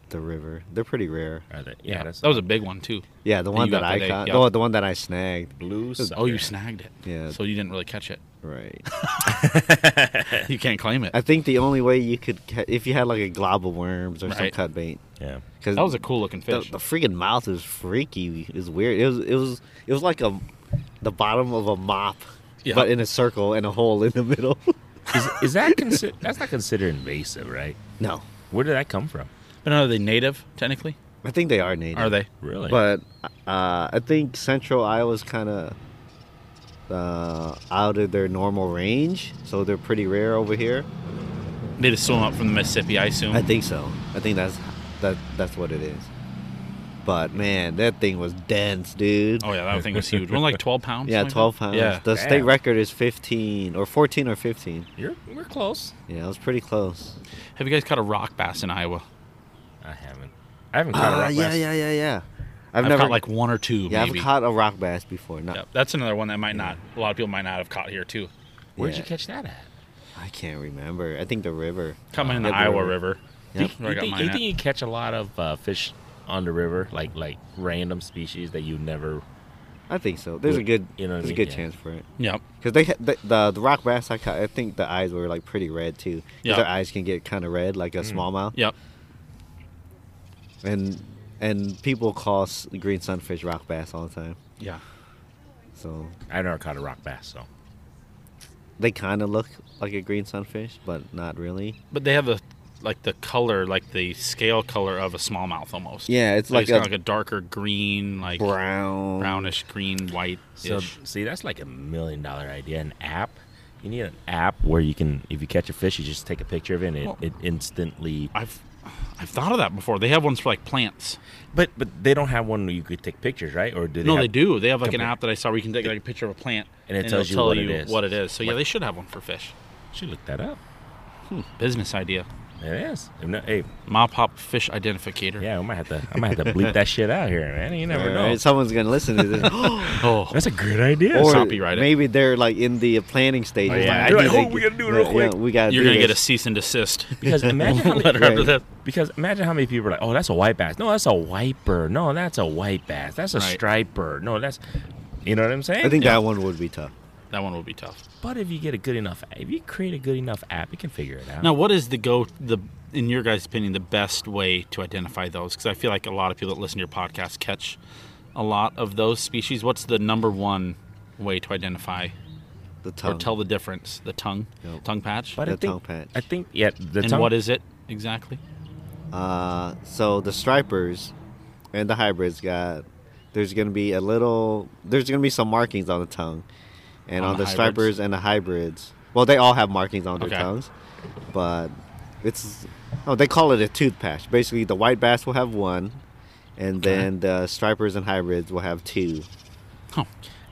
Speaker 2: The river. They're pretty rare.
Speaker 1: Are they- yeah, that's
Speaker 3: that was a big one too.
Speaker 2: Yeah, the one
Speaker 3: you
Speaker 2: that
Speaker 3: got
Speaker 2: I
Speaker 3: the day,
Speaker 2: caught.
Speaker 3: yeah.
Speaker 2: No, the one that I snagged.
Speaker 1: blue.
Speaker 3: Oh,
Speaker 1: sucker.
Speaker 3: you snagged it.
Speaker 2: Yeah.
Speaker 3: So you didn't really catch it.
Speaker 2: Right.
Speaker 3: You can't claim it.
Speaker 2: I think the only way you could ca- if you had like a glob of worms or some
Speaker 3: Right.
Speaker 2: cut bait.
Speaker 1: Yeah.
Speaker 2: Cause
Speaker 3: That was a cool looking
Speaker 2: the,
Speaker 3: fish.
Speaker 2: the freaking mouth is freaky. It's weird. It was it was it was like a the bottom of a mop,
Speaker 3: Yeah.
Speaker 2: but in a circle and a hole in the middle.
Speaker 1: Is, is that consider? that's not considered invasive, right?
Speaker 2: no,
Speaker 1: Where did that come from?
Speaker 3: but are they native technically?
Speaker 2: I think they are native.
Speaker 3: Are they?
Speaker 1: Really?
Speaker 2: But uh, I think Central Iowa's kind of uh, out of their normal range, so they're pretty rare over here.
Speaker 3: They just swim up from the Mississippi, I assume.
Speaker 2: I think so. I think that's that that's what it is. But man, that thing was dense, dude.
Speaker 3: oh yeah, that thing was huge. Wasn't it like twelve pounds.
Speaker 2: yeah,
Speaker 3: something
Speaker 2: twelve pounds.
Speaker 3: like that?
Speaker 2: the state
Speaker 1: Damn.
Speaker 2: record is fifteen or fourteen or fifteen.
Speaker 1: You're we're close.
Speaker 2: Yeah, it was pretty close.
Speaker 3: Yeah. Have you guys caught a rock bass in Iowa?
Speaker 1: I haven't. I haven't caught a
Speaker 2: Ah,
Speaker 1: rock
Speaker 2: yeah,
Speaker 1: bass.
Speaker 2: yeah, yeah, yeah.
Speaker 3: I've,
Speaker 2: I've, never
Speaker 3: caught like one or two.
Speaker 2: yeah,
Speaker 3: maybe.
Speaker 2: I've caught a rock bass before. No,
Speaker 3: Yep, that's another one that might not. A lot of people might not have caught here too.
Speaker 1: Where'd you
Speaker 2: Yeah.
Speaker 1: catch that at?
Speaker 2: I can't remember. I think the river.
Speaker 3: Caught mine in the
Speaker 2: Yeah, the
Speaker 3: Iowa
Speaker 2: river.
Speaker 3: River.
Speaker 2: Yep.
Speaker 1: You,
Speaker 3: Where I got
Speaker 1: think,
Speaker 3: mine
Speaker 1: you
Speaker 3: at.
Speaker 1: think you catch a lot of uh, fish on the river, like like random species that you never.
Speaker 2: I think so. There's a good,
Speaker 1: You know what I
Speaker 2: there's a
Speaker 1: mean?
Speaker 2: good
Speaker 1: Yeah.
Speaker 2: chance for it.
Speaker 3: Yep.
Speaker 2: Cause they had- the, the the rock bass I caught, I think the eyes were like pretty red too. 'Cause
Speaker 3: Yeah.
Speaker 2: Their eyes can get kind of red, like a
Speaker 1: Mm.
Speaker 2: smallmouth.
Speaker 3: Yep.
Speaker 2: And and people call s- green sunfish rock bass all the time.
Speaker 3: Yeah.
Speaker 2: So
Speaker 1: I've never caught a rock bass, so
Speaker 2: they kind of look like a green sunfish, but not really.
Speaker 3: But they have the like the color, like the scale color of a smallmouth almost.
Speaker 2: Yeah, it's
Speaker 3: Like
Speaker 2: like,
Speaker 3: it's kinda
Speaker 2: a,
Speaker 3: like a darker green, like
Speaker 2: brown.
Speaker 3: brownish green, white.
Speaker 1: so see that's like a million dollar idea. An app, you need an app where you can, if you catch a fish, you just take a picture of it, and it,
Speaker 3: Well-
Speaker 1: it instantly.
Speaker 3: I've I've thought of that before. They have ones for like plants.
Speaker 1: But but they don't have one where you could take pictures, right? Or do they?
Speaker 3: no,
Speaker 1: have-
Speaker 3: they do. They have like an
Speaker 1: Compare-
Speaker 3: app that I saw where you can take like a picture of a plant
Speaker 1: And it
Speaker 3: it'll
Speaker 1: tells you
Speaker 3: tell
Speaker 1: what it is.
Speaker 3: what it is. So yeah,
Speaker 1: What-
Speaker 3: they should have one for fish.
Speaker 1: Should look that up.
Speaker 3: Business idea.
Speaker 1: It is. If not- Hey,
Speaker 3: Mop hop fish identificator.
Speaker 1: yeah, I might have to. I might have to bleep that shit out here, man. You never know.
Speaker 2: Alright, Someone's gonna listen to this.
Speaker 3: Oh,
Speaker 1: That's a good idea.
Speaker 2: or
Speaker 3: copyright it.
Speaker 2: maybe they're like in the planning stage.
Speaker 1: Oh,
Speaker 2: It's
Speaker 1: yeah.
Speaker 2: like, I
Speaker 1: They're like,
Speaker 2: need
Speaker 1: "Oh, we gotta do it real
Speaker 2: Yeah,
Speaker 1: quick."
Speaker 2: we gotta.
Speaker 3: you're
Speaker 2: do
Speaker 3: gonna get a
Speaker 2: this.
Speaker 3: cease and desist.
Speaker 1: because imagine how many,
Speaker 3: Letter after
Speaker 2: Right.
Speaker 3: that.
Speaker 1: Because imagine how many people are like, "Oh, that's a white bass. No, that's a white bird. No, that's a white bass. That's a
Speaker 3: Right.
Speaker 1: striped bird. No, that's." You know what I'm saying?
Speaker 2: I think
Speaker 3: Yeah.
Speaker 2: that one would be tough.
Speaker 3: That one will be tough.
Speaker 1: But if you get a good enough, if you create a good enough app, you can figure it out.
Speaker 3: Now, what is the go the in your guys' opinion the best way to identify those? Because I feel like a lot of people that listen to your podcast catch a lot of those species. What's the number one way to identify
Speaker 2: The tongue.
Speaker 3: or tell the difference? The tongue,
Speaker 2: Yep.
Speaker 3: tongue patch,
Speaker 1: but I
Speaker 2: the
Speaker 1: think
Speaker 2: tongue patch.
Speaker 1: I think yeah. The
Speaker 3: and
Speaker 1: tongue,
Speaker 3: what is it exactly?
Speaker 2: Uh, so the stripers and the hybrids got there's gonna be a little there's gonna be some markings on the tongue, and
Speaker 3: On
Speaker 2: on,
Speaker 3: the
Speaker 2: the,
Speaker 3: hybrids?
Speaker 2: stripers and the hybrids. Well, they all have markings on their
Speaker 3: Okay.
Speaker 2: tongues, but it's oh they call it a tooth patch. Basically, the white bass will have one, and then the stripers and hybrids will have two.
Speaker 3: Huh.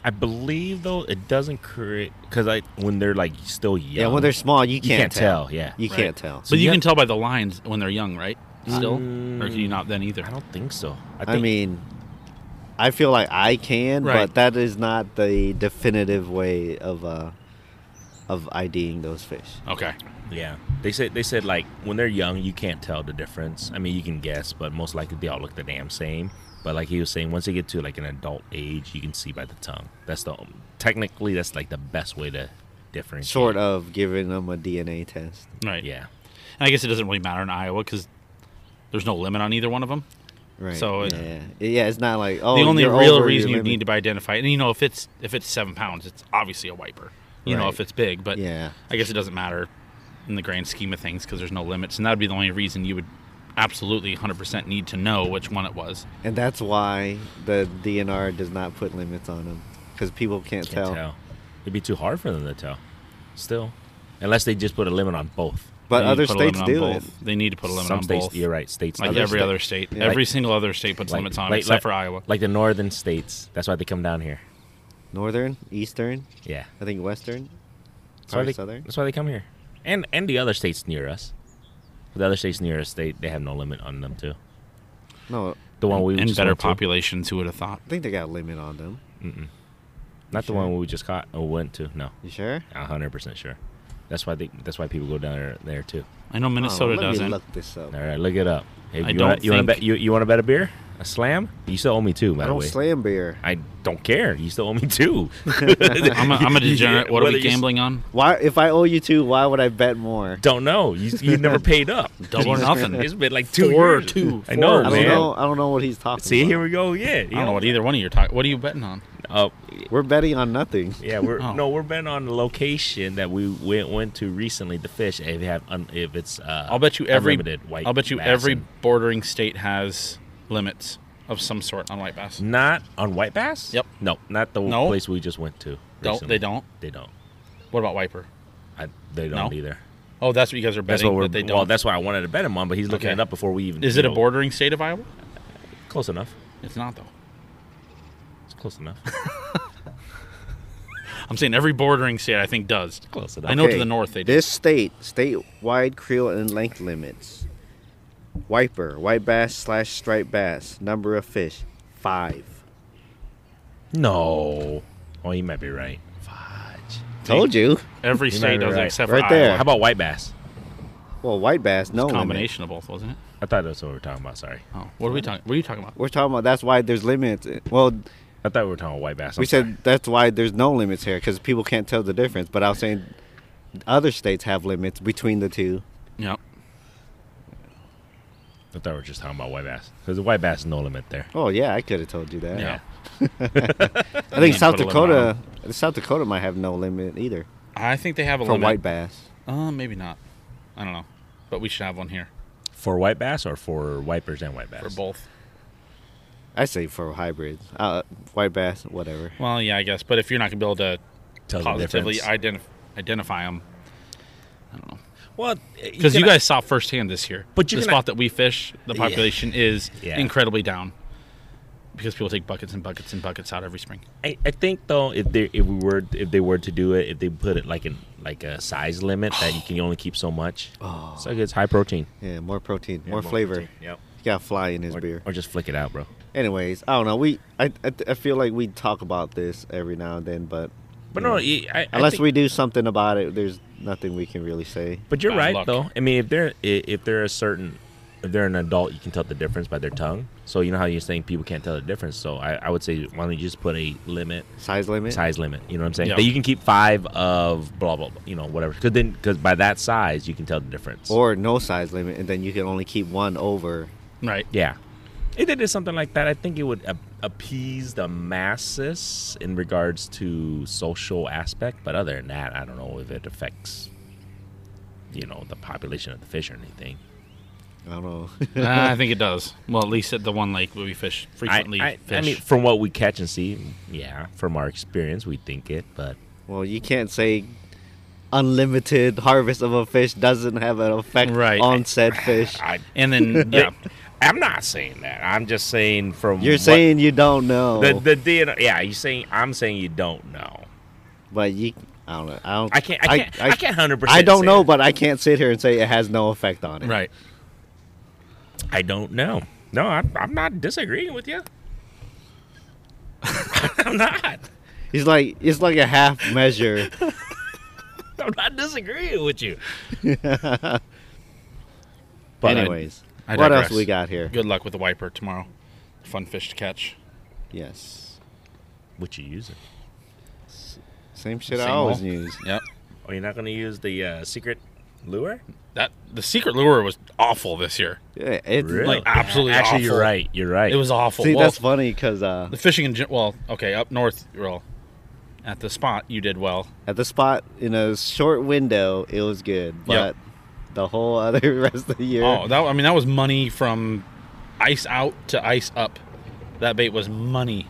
Speaker 1: I believe though it doesn't create because I when they're like still young.
Speaker 2: Yeah, when they're small, you
Speaker 1: you
Speaker 2: can't,
Speaker 1: can't
Speaker 2: tell.
Speaker 1: tell. Yeah,
Speaker 2: You
Speaker 3: Right.
Speaker 2: can't tell.
Speaker 3: So but you
Speaker 1: you
Speaker 3: can
Speaker 1: have-
Speaker 3: tell by the lines when they're young, right? Still,
Speaker 1: Mm.
Speaker 3: or can you not then either?
Speaker 1: I don't think so. I, think,
Speaker 2: I mean, I feel like I can,
Speaker 3: Right.
Speaker 2: but that is not the definitive way of uh, of IDing those fish.
Speaker 3: Okay.
Speaker 1: yeah. They said they said like when they're young, you can't tell the difference. I mean, you can guess, but most likely they all look the damn same. But like he was saying, once they get to like an adult age, you can see by the tongue. That's the technically that's like the best way to differentiate.
Speaker 2: Short of giving them a DNA test.
Speaker 3: Right.
Speaker 1: yeah.
Speaker 3: And I guess it doesn't really matter in Iowa because there's no limit on either one of them.
Speaker 2: Right.
Speaker 3: So it-
Speaker 2: yeah, yeah, it's not like oh.
Speaker 3: the only
Speaker 2: you're
Speaker 3: real
Speaker 2: over
Speaker 3: reason
Speaker 2: your
Speaker 3: you need
Speaker 2: limit.
Speaker 3: to identify it, and you know, if it's if it's seven pounds, it's obviously a wiper. You know,
Speaker 2: Right.
Speaker 3: if it's big, but
Speaker 2: Yeah.
Speaker 3: I guess it doesn't matter in the grand scheme of things because there's no limits, and that'd be the only reason you would absolutely 100% need to know which one it was.
Speaker 2: And that's why the DNR does not put limits on them because people can't,
Speaker 1: Can't
Speaker 2: tell.
Speaker 1: tell. It'd be too hard for them to tell. Still, unless they just put a limit on both.
Speaker 2: But
Speaker 3: They need to
Speaker 2: other
Speaker 3: put a limit
Speaker 2: states
Speaker 3: on
Speaker 2: do
Speaker 3: both.
Speaker 2: it.
Speaker 3: They need to put a limit
Speaker 1: Some
Speaker 3: on
Speaker 1: states,
Speaker 3: both.
Speaker 1: you're right. States
Speaker 3: Like
Speaker 1: other
Speaker 3: every
Speaker 1: sta-
Speaker 3: other state,
Speaker 2: Yeah.
Speaker 3: every
Speaker 1: Like-
Speaker 3: single other state puts
Speaker 1: like-
Speaker 3: limits on
Speaker 1: like-
Speaker 3: it, except
Speaker 1: like-
Speaker 3: for Iowa.
Speaker 1: like the northern states. That's why they come down here.
Speaker 2: Northern, Eastern,
Speaker 1: Yeah,
Speaker 2: I think Western,
Speaker 1: that's why
Speaker 2: probably
Speaker 1: they,
Speaker 2: Southern.
Speaker 1: that's why they come here, and and the other states near us. The other states near us, they they have no limit on them too.
Speaker 2: No,
Speaker 1: The one we
Speaker 3: and
Speaker 1: just
Speaker 3: better
Speaker 1: went to.
Speaker 3: populations, who would have thought?
Speaker 2: I think they got a limit on them.
Speaker 1: not the one we just caught or went to. No,
Speaker 2: You sure?
Speaker 1: hundred percent sure. That's why they, that's why people go down there there too.
Speaker 3: I know
Speaker 2: Oh,
Speaker 3: Minnesota
Speaker 2: let
Speaker 3: doesn't.
Speaker 2: Me look this up.
Speaker 1: All right, look it up. Hey,
Speaker 3: I
Speaker 1: you wanna,
Speaker 3: don't
Speaker 1: you want to
Speaker 3: think-
Speaker 1: bet you, you want to bet a beer, a slam? You still owe me two, by
Speaker 2: I
Speaker 1: the
Speaker 2: don't
Speaker 1: way.
Speaker 2: slam beer.
Speaker 1: I don't care. You still owe me two.
Speaker 3: I'm a, I'm a degenerate. What are
Speaker 1: Whether
Speaker 3: we
Speaker 1: you s-
Speaker 3: gambling on?
Speaker 2: Why? If I owe you two, why would I bet more?
Speaker 1: Don't know. You you never paid up.
Speaker 3: Double or
Speaker 1: Jesus,
Speaker 3: nothing.
Speaker 1: It's been like two
Speaker 3: Four or
Speaker 1: years.
Speaker 3: two.
Speaker 1: I know,
Speaker 3: Four,
Speaker 2: I don't
Speaker 1: man.
Speaker 2: know. I don't know what he's talking.
Speaker 1: See,
Speaker 2: about.
Speaker 1: here we go. Yeah.
Speaker 3: I don't know what either one of you are talking. What are you betting on?
Speaker 1: Uh,
Speaker 2: We're betting on nothing.
Speaker 1: yeah, we're
Speaker 3: Oh.
Speaker 1: no, we're betting on the location that we went went to recently to fish. If they have un, if it's uh,
Speaker 3: I'll bet you every.
Speaker 1: unlimited white.
Speaker 3: I'll bet you
Speaker 1: bass
Speaker 3: every
Speaker 1: and-
Speaker 3: bordering state has limits of some sort on white bass.
Speaker 1: not on white bass.
Speaker 3: Yep.
Speaker 1: No, not the
Speaker 3: No.
Speaker 1: place we just went to.
Speaker 3: Don't
Speaker 1: recently.
Speaker 3: they don't?
Speaker 1: They don't.
Speaker 3: What about wiper?
Speaker 1: I, they don't
Speaker 3: No.
Speaker 1: either.
Speaker 3: Oh, that's what you guys are
Speaker 1: That's
Speaker 3: betting.
Speaker 1: what we're.
Speaker 3: that they don't.
Speaker 1: Well, that's why I wanted to bet him on, but he's looking
Speaker 3: Okay.
Speaker 1: it up before we even.
Speaker 3: Is it a
Speaker 1: know.
Speaker 3: bordering state of Iowa?
Speaker 1: Close enough.
Speaker 3: It's not though.
Speaker 1: It's close enough.
Speaker 3: I'm saying every bordering state I think does.
Speaker 1: close enough.
Speaker 3: I know to the north they do.
Speaker 2: This state, statewide creel and length limits. Wiper, white bass slash striped bass, number of fish, five.
Speaker 1: No. Oh, you might be right. Fudge.
Speaker 2: Told you.
Speaker 3: Every
Speaker 1: might
Speaker 3: state
Speaker 1: be
Speaker 3: does
Speaker 1: right.
Speaker 3: it except
Speaker 2: Right
Speaker 3: for
Speaker 2: there.
Speaker 1: How
Speaker 3: Iowa.
Speaker 1: about white bass?
Speaker 2: Well, white bass, no limit.
Speaker 3: Combination of both, wasn't it?
Speaker 1: I thought that's what we were talking about. Sorry.
Speaker 3: Oh, what are we talking? What are you talking about?
Speaker 2: We're talking about that's why there's limits. Well,
Speaker 1: I thought we were talking about white bass. I'm
Speaker 2: we
Speaker 1: sorry.
Speaker 2: said that's why there's no limits here because people can't tell the difference. But I was saying other states have limits between the two.
Speaker 3: Yep.
Speaker 1: I thought we were just talking about white bass because the white bass is no limit there.
Speaker 2: Oh yeah, I could have told you that.
Speaker 3: Yeah.
Speaker 2: I think
Speaker 3: Yeah,
Speaker 2: South
Speaker 3: put a limit
Speaker 2: Dakota, South Dakota might have no limit either
Speaker 3: I think they have a
Speaker 2: for
Speaker 3: limit.
Speaker 2: white bass.
Speaker 3: Uh, maybe not. I don't know. But we should have one here
Speaker 1: For white bass or for wipers and white bass?
Speaker 3: for both.
Speaker 2: I say for hybrids, uh, white bass, whatever.
Speaker 3: Well, yeah, I guess. But if you're not gonna be able to
Speaker 1: Tell the
Speaker 3: positively
Speaker 1: difference.
Speaker 3: identif- identify them, I don't know.
Speaker 1: well,
Speaker 3: Because you guys saw firsthand this year.
Speaker 1: But
Speaker 3: But
Speaker 1: you
Speaker 3: the
Speaker 1: can-
Speaker 3: spot that we fish, the
Speaker 1: Yeah.
Speaker 3: population is
Speaker 1: Yeah.
Speaker 3: incredibly down. Because people take buckets and buckets and buckets out every spring.
Speaker 1: I, I think though, if they if we were if they were to do it, if they put it like in like a size limit that you can only keep so much,
Speaker 2: Oh.
Speaker 1: so it's high protein,
Speaker 2: Yeah, more protein, more, flavor.
Speaker 1: Yep.
Speaker 2: He got fly in his
Speaker 1: Or,
Speaker 2: beer.
Speaker 1: or just flick it out, bro.
Speaker 2: Anyways, I don't know. We I, I I feel like we talk about this every now and then, but
Speaker 1: But
Speaker 2: you
Speaker 1: no,
Speaker 2: know,
Speaker 1: I, I
Speaker 2: unless
Speaker 1: think-
Speaker 2: we do something about it, there's nothing we can really say.
Speaker 1: But you're
Speaker 3: Bad
Speaker 1: right
Speaker 3: luck.
Speaker 1: though. I mean, if they're i- if they're a certain if they're an adult, you can tell the difference by their tongue. So you know how you're saying people can't tell the difference. So I, I would say why don't you just put a limit
Speaker 2: Size limit.
Speaker 1: size limit? You know what I'm saying?
Speaker 3: Yeah.
Speaker 1: That you can keep five of blah blah, blah you know whatever. Because then because by that size you can tell the difference.
Speaker 2: Or no size limit, and then you can only keep one over.
Speaker 3: Right.
Speaker 1: Yeah. If they did something like that, I think it would ap- appease the masses in regards to social aspect. But other than that, I don't know if it affects, you know, the population of the fish or anything.
Speaker 2: I don't know.
Speaker 3: Uh, I think it does. Well, at least at the one lake where we fish
Speaker 1: I,
Speaker 3: frequently.
Speaker 1: I,
Speaker 3: fish.
Speaker 1: I mean, from what we catch and see, yeah, from our experience, we think it. But
Speaker 2: well, you can't say unlimited harvest of a fish doesn't have an effect
Speaker 3: Right.
Speaker 2: on said fish.
Speaker 1: I,
Speaker 3: and then yeah,
Speaker 1: I'm not saying that. I'm just saying from
Speaker 2: You're
Speaker 1: what-
Speaker 2: saying you don't know,
Speaker 1: the the DNA. Yeah, you saying I'm saying you don't know.
Speaker 2: but you. I don't know. I don't.
Speaker 1: I can't. I can't. I, can't. Hundred percent.
Speaker 2: I don't know, but I can't sit here and say it has no effect on it.
Speaker 3: right.
Speaker 1: I don't know. No, I'm, I'm not disagreeing with you. I'm not.
Speaker 2: It's like it's like a half measure.
Speaker 1: I'm not disagreeing with you. but
Speaker 2: Anyways,
Speaker 3: I
Speaker 2: what else
Speaker 3: digress.
Speaker 2: we got here?
Speaker 3: Good luck with the wiper tomorrow. Fun fish to catch.
Speaker 2: Yes,
Speaker 1: what you using?
Speaker 2: same shit I
Speaker 3: Same
Speaker 2: always
Speaker 3: old.
Speaker 2: use.
Speaker 3: Yep.
Speaker 1: Oh, you're not gonna use the uh, secret Lure?
Speaker 3: That the secret lure was awful this year.
Speaker 2: Yeah, it's
Speaker 1: Really?
Speaker 3: Like absolutely.
Speaker 1: Actually,
Speaker 3: awful.
Speaker 1: you're right. You're right.
Speaker 3: It was awful.
Speaker 2: see
Speaker 3: Well,
Speaker 2: that's funny because uh,
Speaker 3: the fishing in gen- well, okay, up north, well, at the spot you did well.
Speaker 2: at the spot in a short window it was good,
Speaker 3: Yeah.
Speaker 2: but the whole other rest of the year,
Speaker 3: Oh, that I mean that was money from ice out to ice up. That bait was money.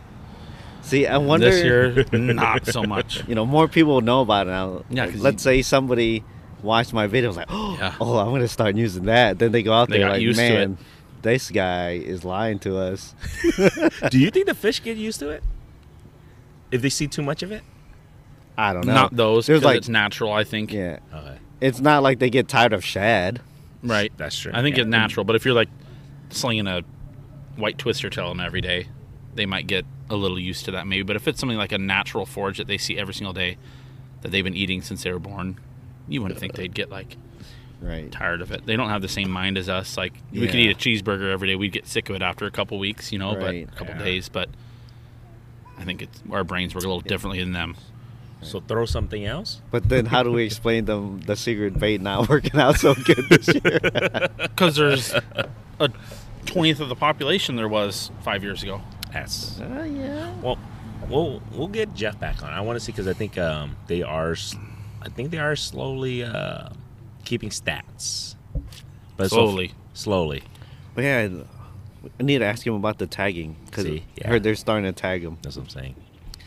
Speaker 2: see, I wonder
Speaker 3: this year, not so much.
Speaker 2: you know more people know about it now.
Speaker 3: Yeah, 'cause
Speaker 2: let's say somebody watched my video was like, oh,
Speaker 3: Yeah.
Speaker 2: oh, I'm gonna start using that. Then they go out
Speaker 3: They
Speaker 2: there
Speaker 3: got
Speaker 2: like,
Speaker 3: used to it.
Speaker 2: man, this guy is lying to us.
Speaker 1: Do you think the fish get used to it? If they see too much of it?
Speaker 2: I don't know.
Speaker 3: Not those
Speaker 2: There's
Speaker 3: because
Speaker 2: like,
Speaker 3: it's natural. I think.
Speaker 2: yeah,
Speaker 1: Okay.
Speaker 2: it's not like they get tired of shad.
Speaker 3: Right.
Speaker 1: That's true.
Speaker 3: I think
Speaker 1: Yeah.
Speaker 3: it's natural, but if you're like slinging a white twister tail on every day, they might get a little used to that maybe. But if it's something like a natural forage that they see every single day that they've been eating since they were born, you wouldn't think they'd get like
Speaker 2: Right.
Speaker 3: tired of it. They don't have the same mind as us. Like we could
Speaker 2: Yeah.
Speaker 3: eat a cheeseburger every day, we'd get sick of it after a couple weeks, you know,
Speaker 2: Right,
Speaker 3: but a couple
Speaker 1: yeah.
Speaker 3: days. But I think it's our brains work a little differently than them.
Speaker 1: So throw something else?
Speaker 2: But then, how do we explain them the secret bait not working out so good this year?
Speaker 3: Because there's a twentieth of the population there was five years ago.
Speaker 1: That's
Speaker 2: Oh yeah.
Speaker 1: well, we'll we'll get Jeff back on. I want to see because I think um they are, s- I think they are slowly uh keeping stats. But so-
Speaker 3: Slowly.
Speaker 1: slowly.
Speaker 2: But yeah, I need to ask him about the tagging because
Speaker 1: See, yeah.
Speaker 2: I heard they're starting to tag them
Speaker 1: That's what I'm saying.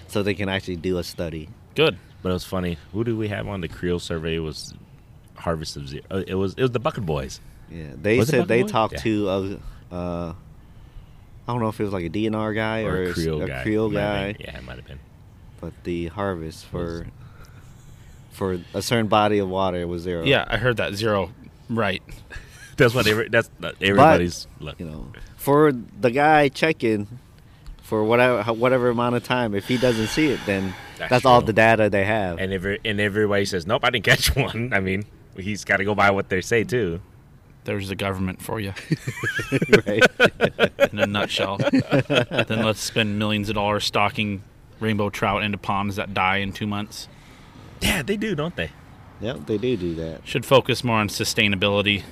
Speaker 2: so they can actually do a study.
Speaker 3: Good.
Speaker 1: But it was funny. Who do we have on the Creole survey? It was Harvest of Zero. uh, It was it was the Bucket Boys.
Speaker 2: Yeah, they
Speaker 1: Was it
Speaker 2: said they
Speaker 1: Buckboy?
Speaker 2: talked
Speaker 1: Yeah.
Speaker 2: to a, uh, I don't know if it was like a DNR guy or,
Speaker 1: Or a
Speaker 2: s-
Speaker 1: Creole guy.
Speaker 2: Creole
Speaker 1: Might have
Speaker 2: guy,
Speaker 1: been. Yeah, it might have been.
Speaker 2: but the harvest for for a certain body of water was zero.
Speaker 3: Yeah, I heard that zero. Right.
Speaker 1: That's what every, that's that everybody's look.
Speaker 2: you know, for the guy checking for whatever ho- whatever amount of time, if he doesn't see it, then
Speaker 1: That's
Speaker 2: that's, all
Speaker 1: true.
Speaker 2: the data they have.
Speaker 1: And every and everybody says, "Nope, I didn't catch one." I mean, he's got to go by what they say too.
Speaker 3: There's the government for you
Speaker 2: right?
Speaker 3: in a nutshell. then let's spend millions of dollars stocking rainbow trout into ponds that die in two months.
Speaker 1: Yeah, they do, don't they?
Speaker 2: yep, they do do that.
Speaker 3: Should focus more on sustainability.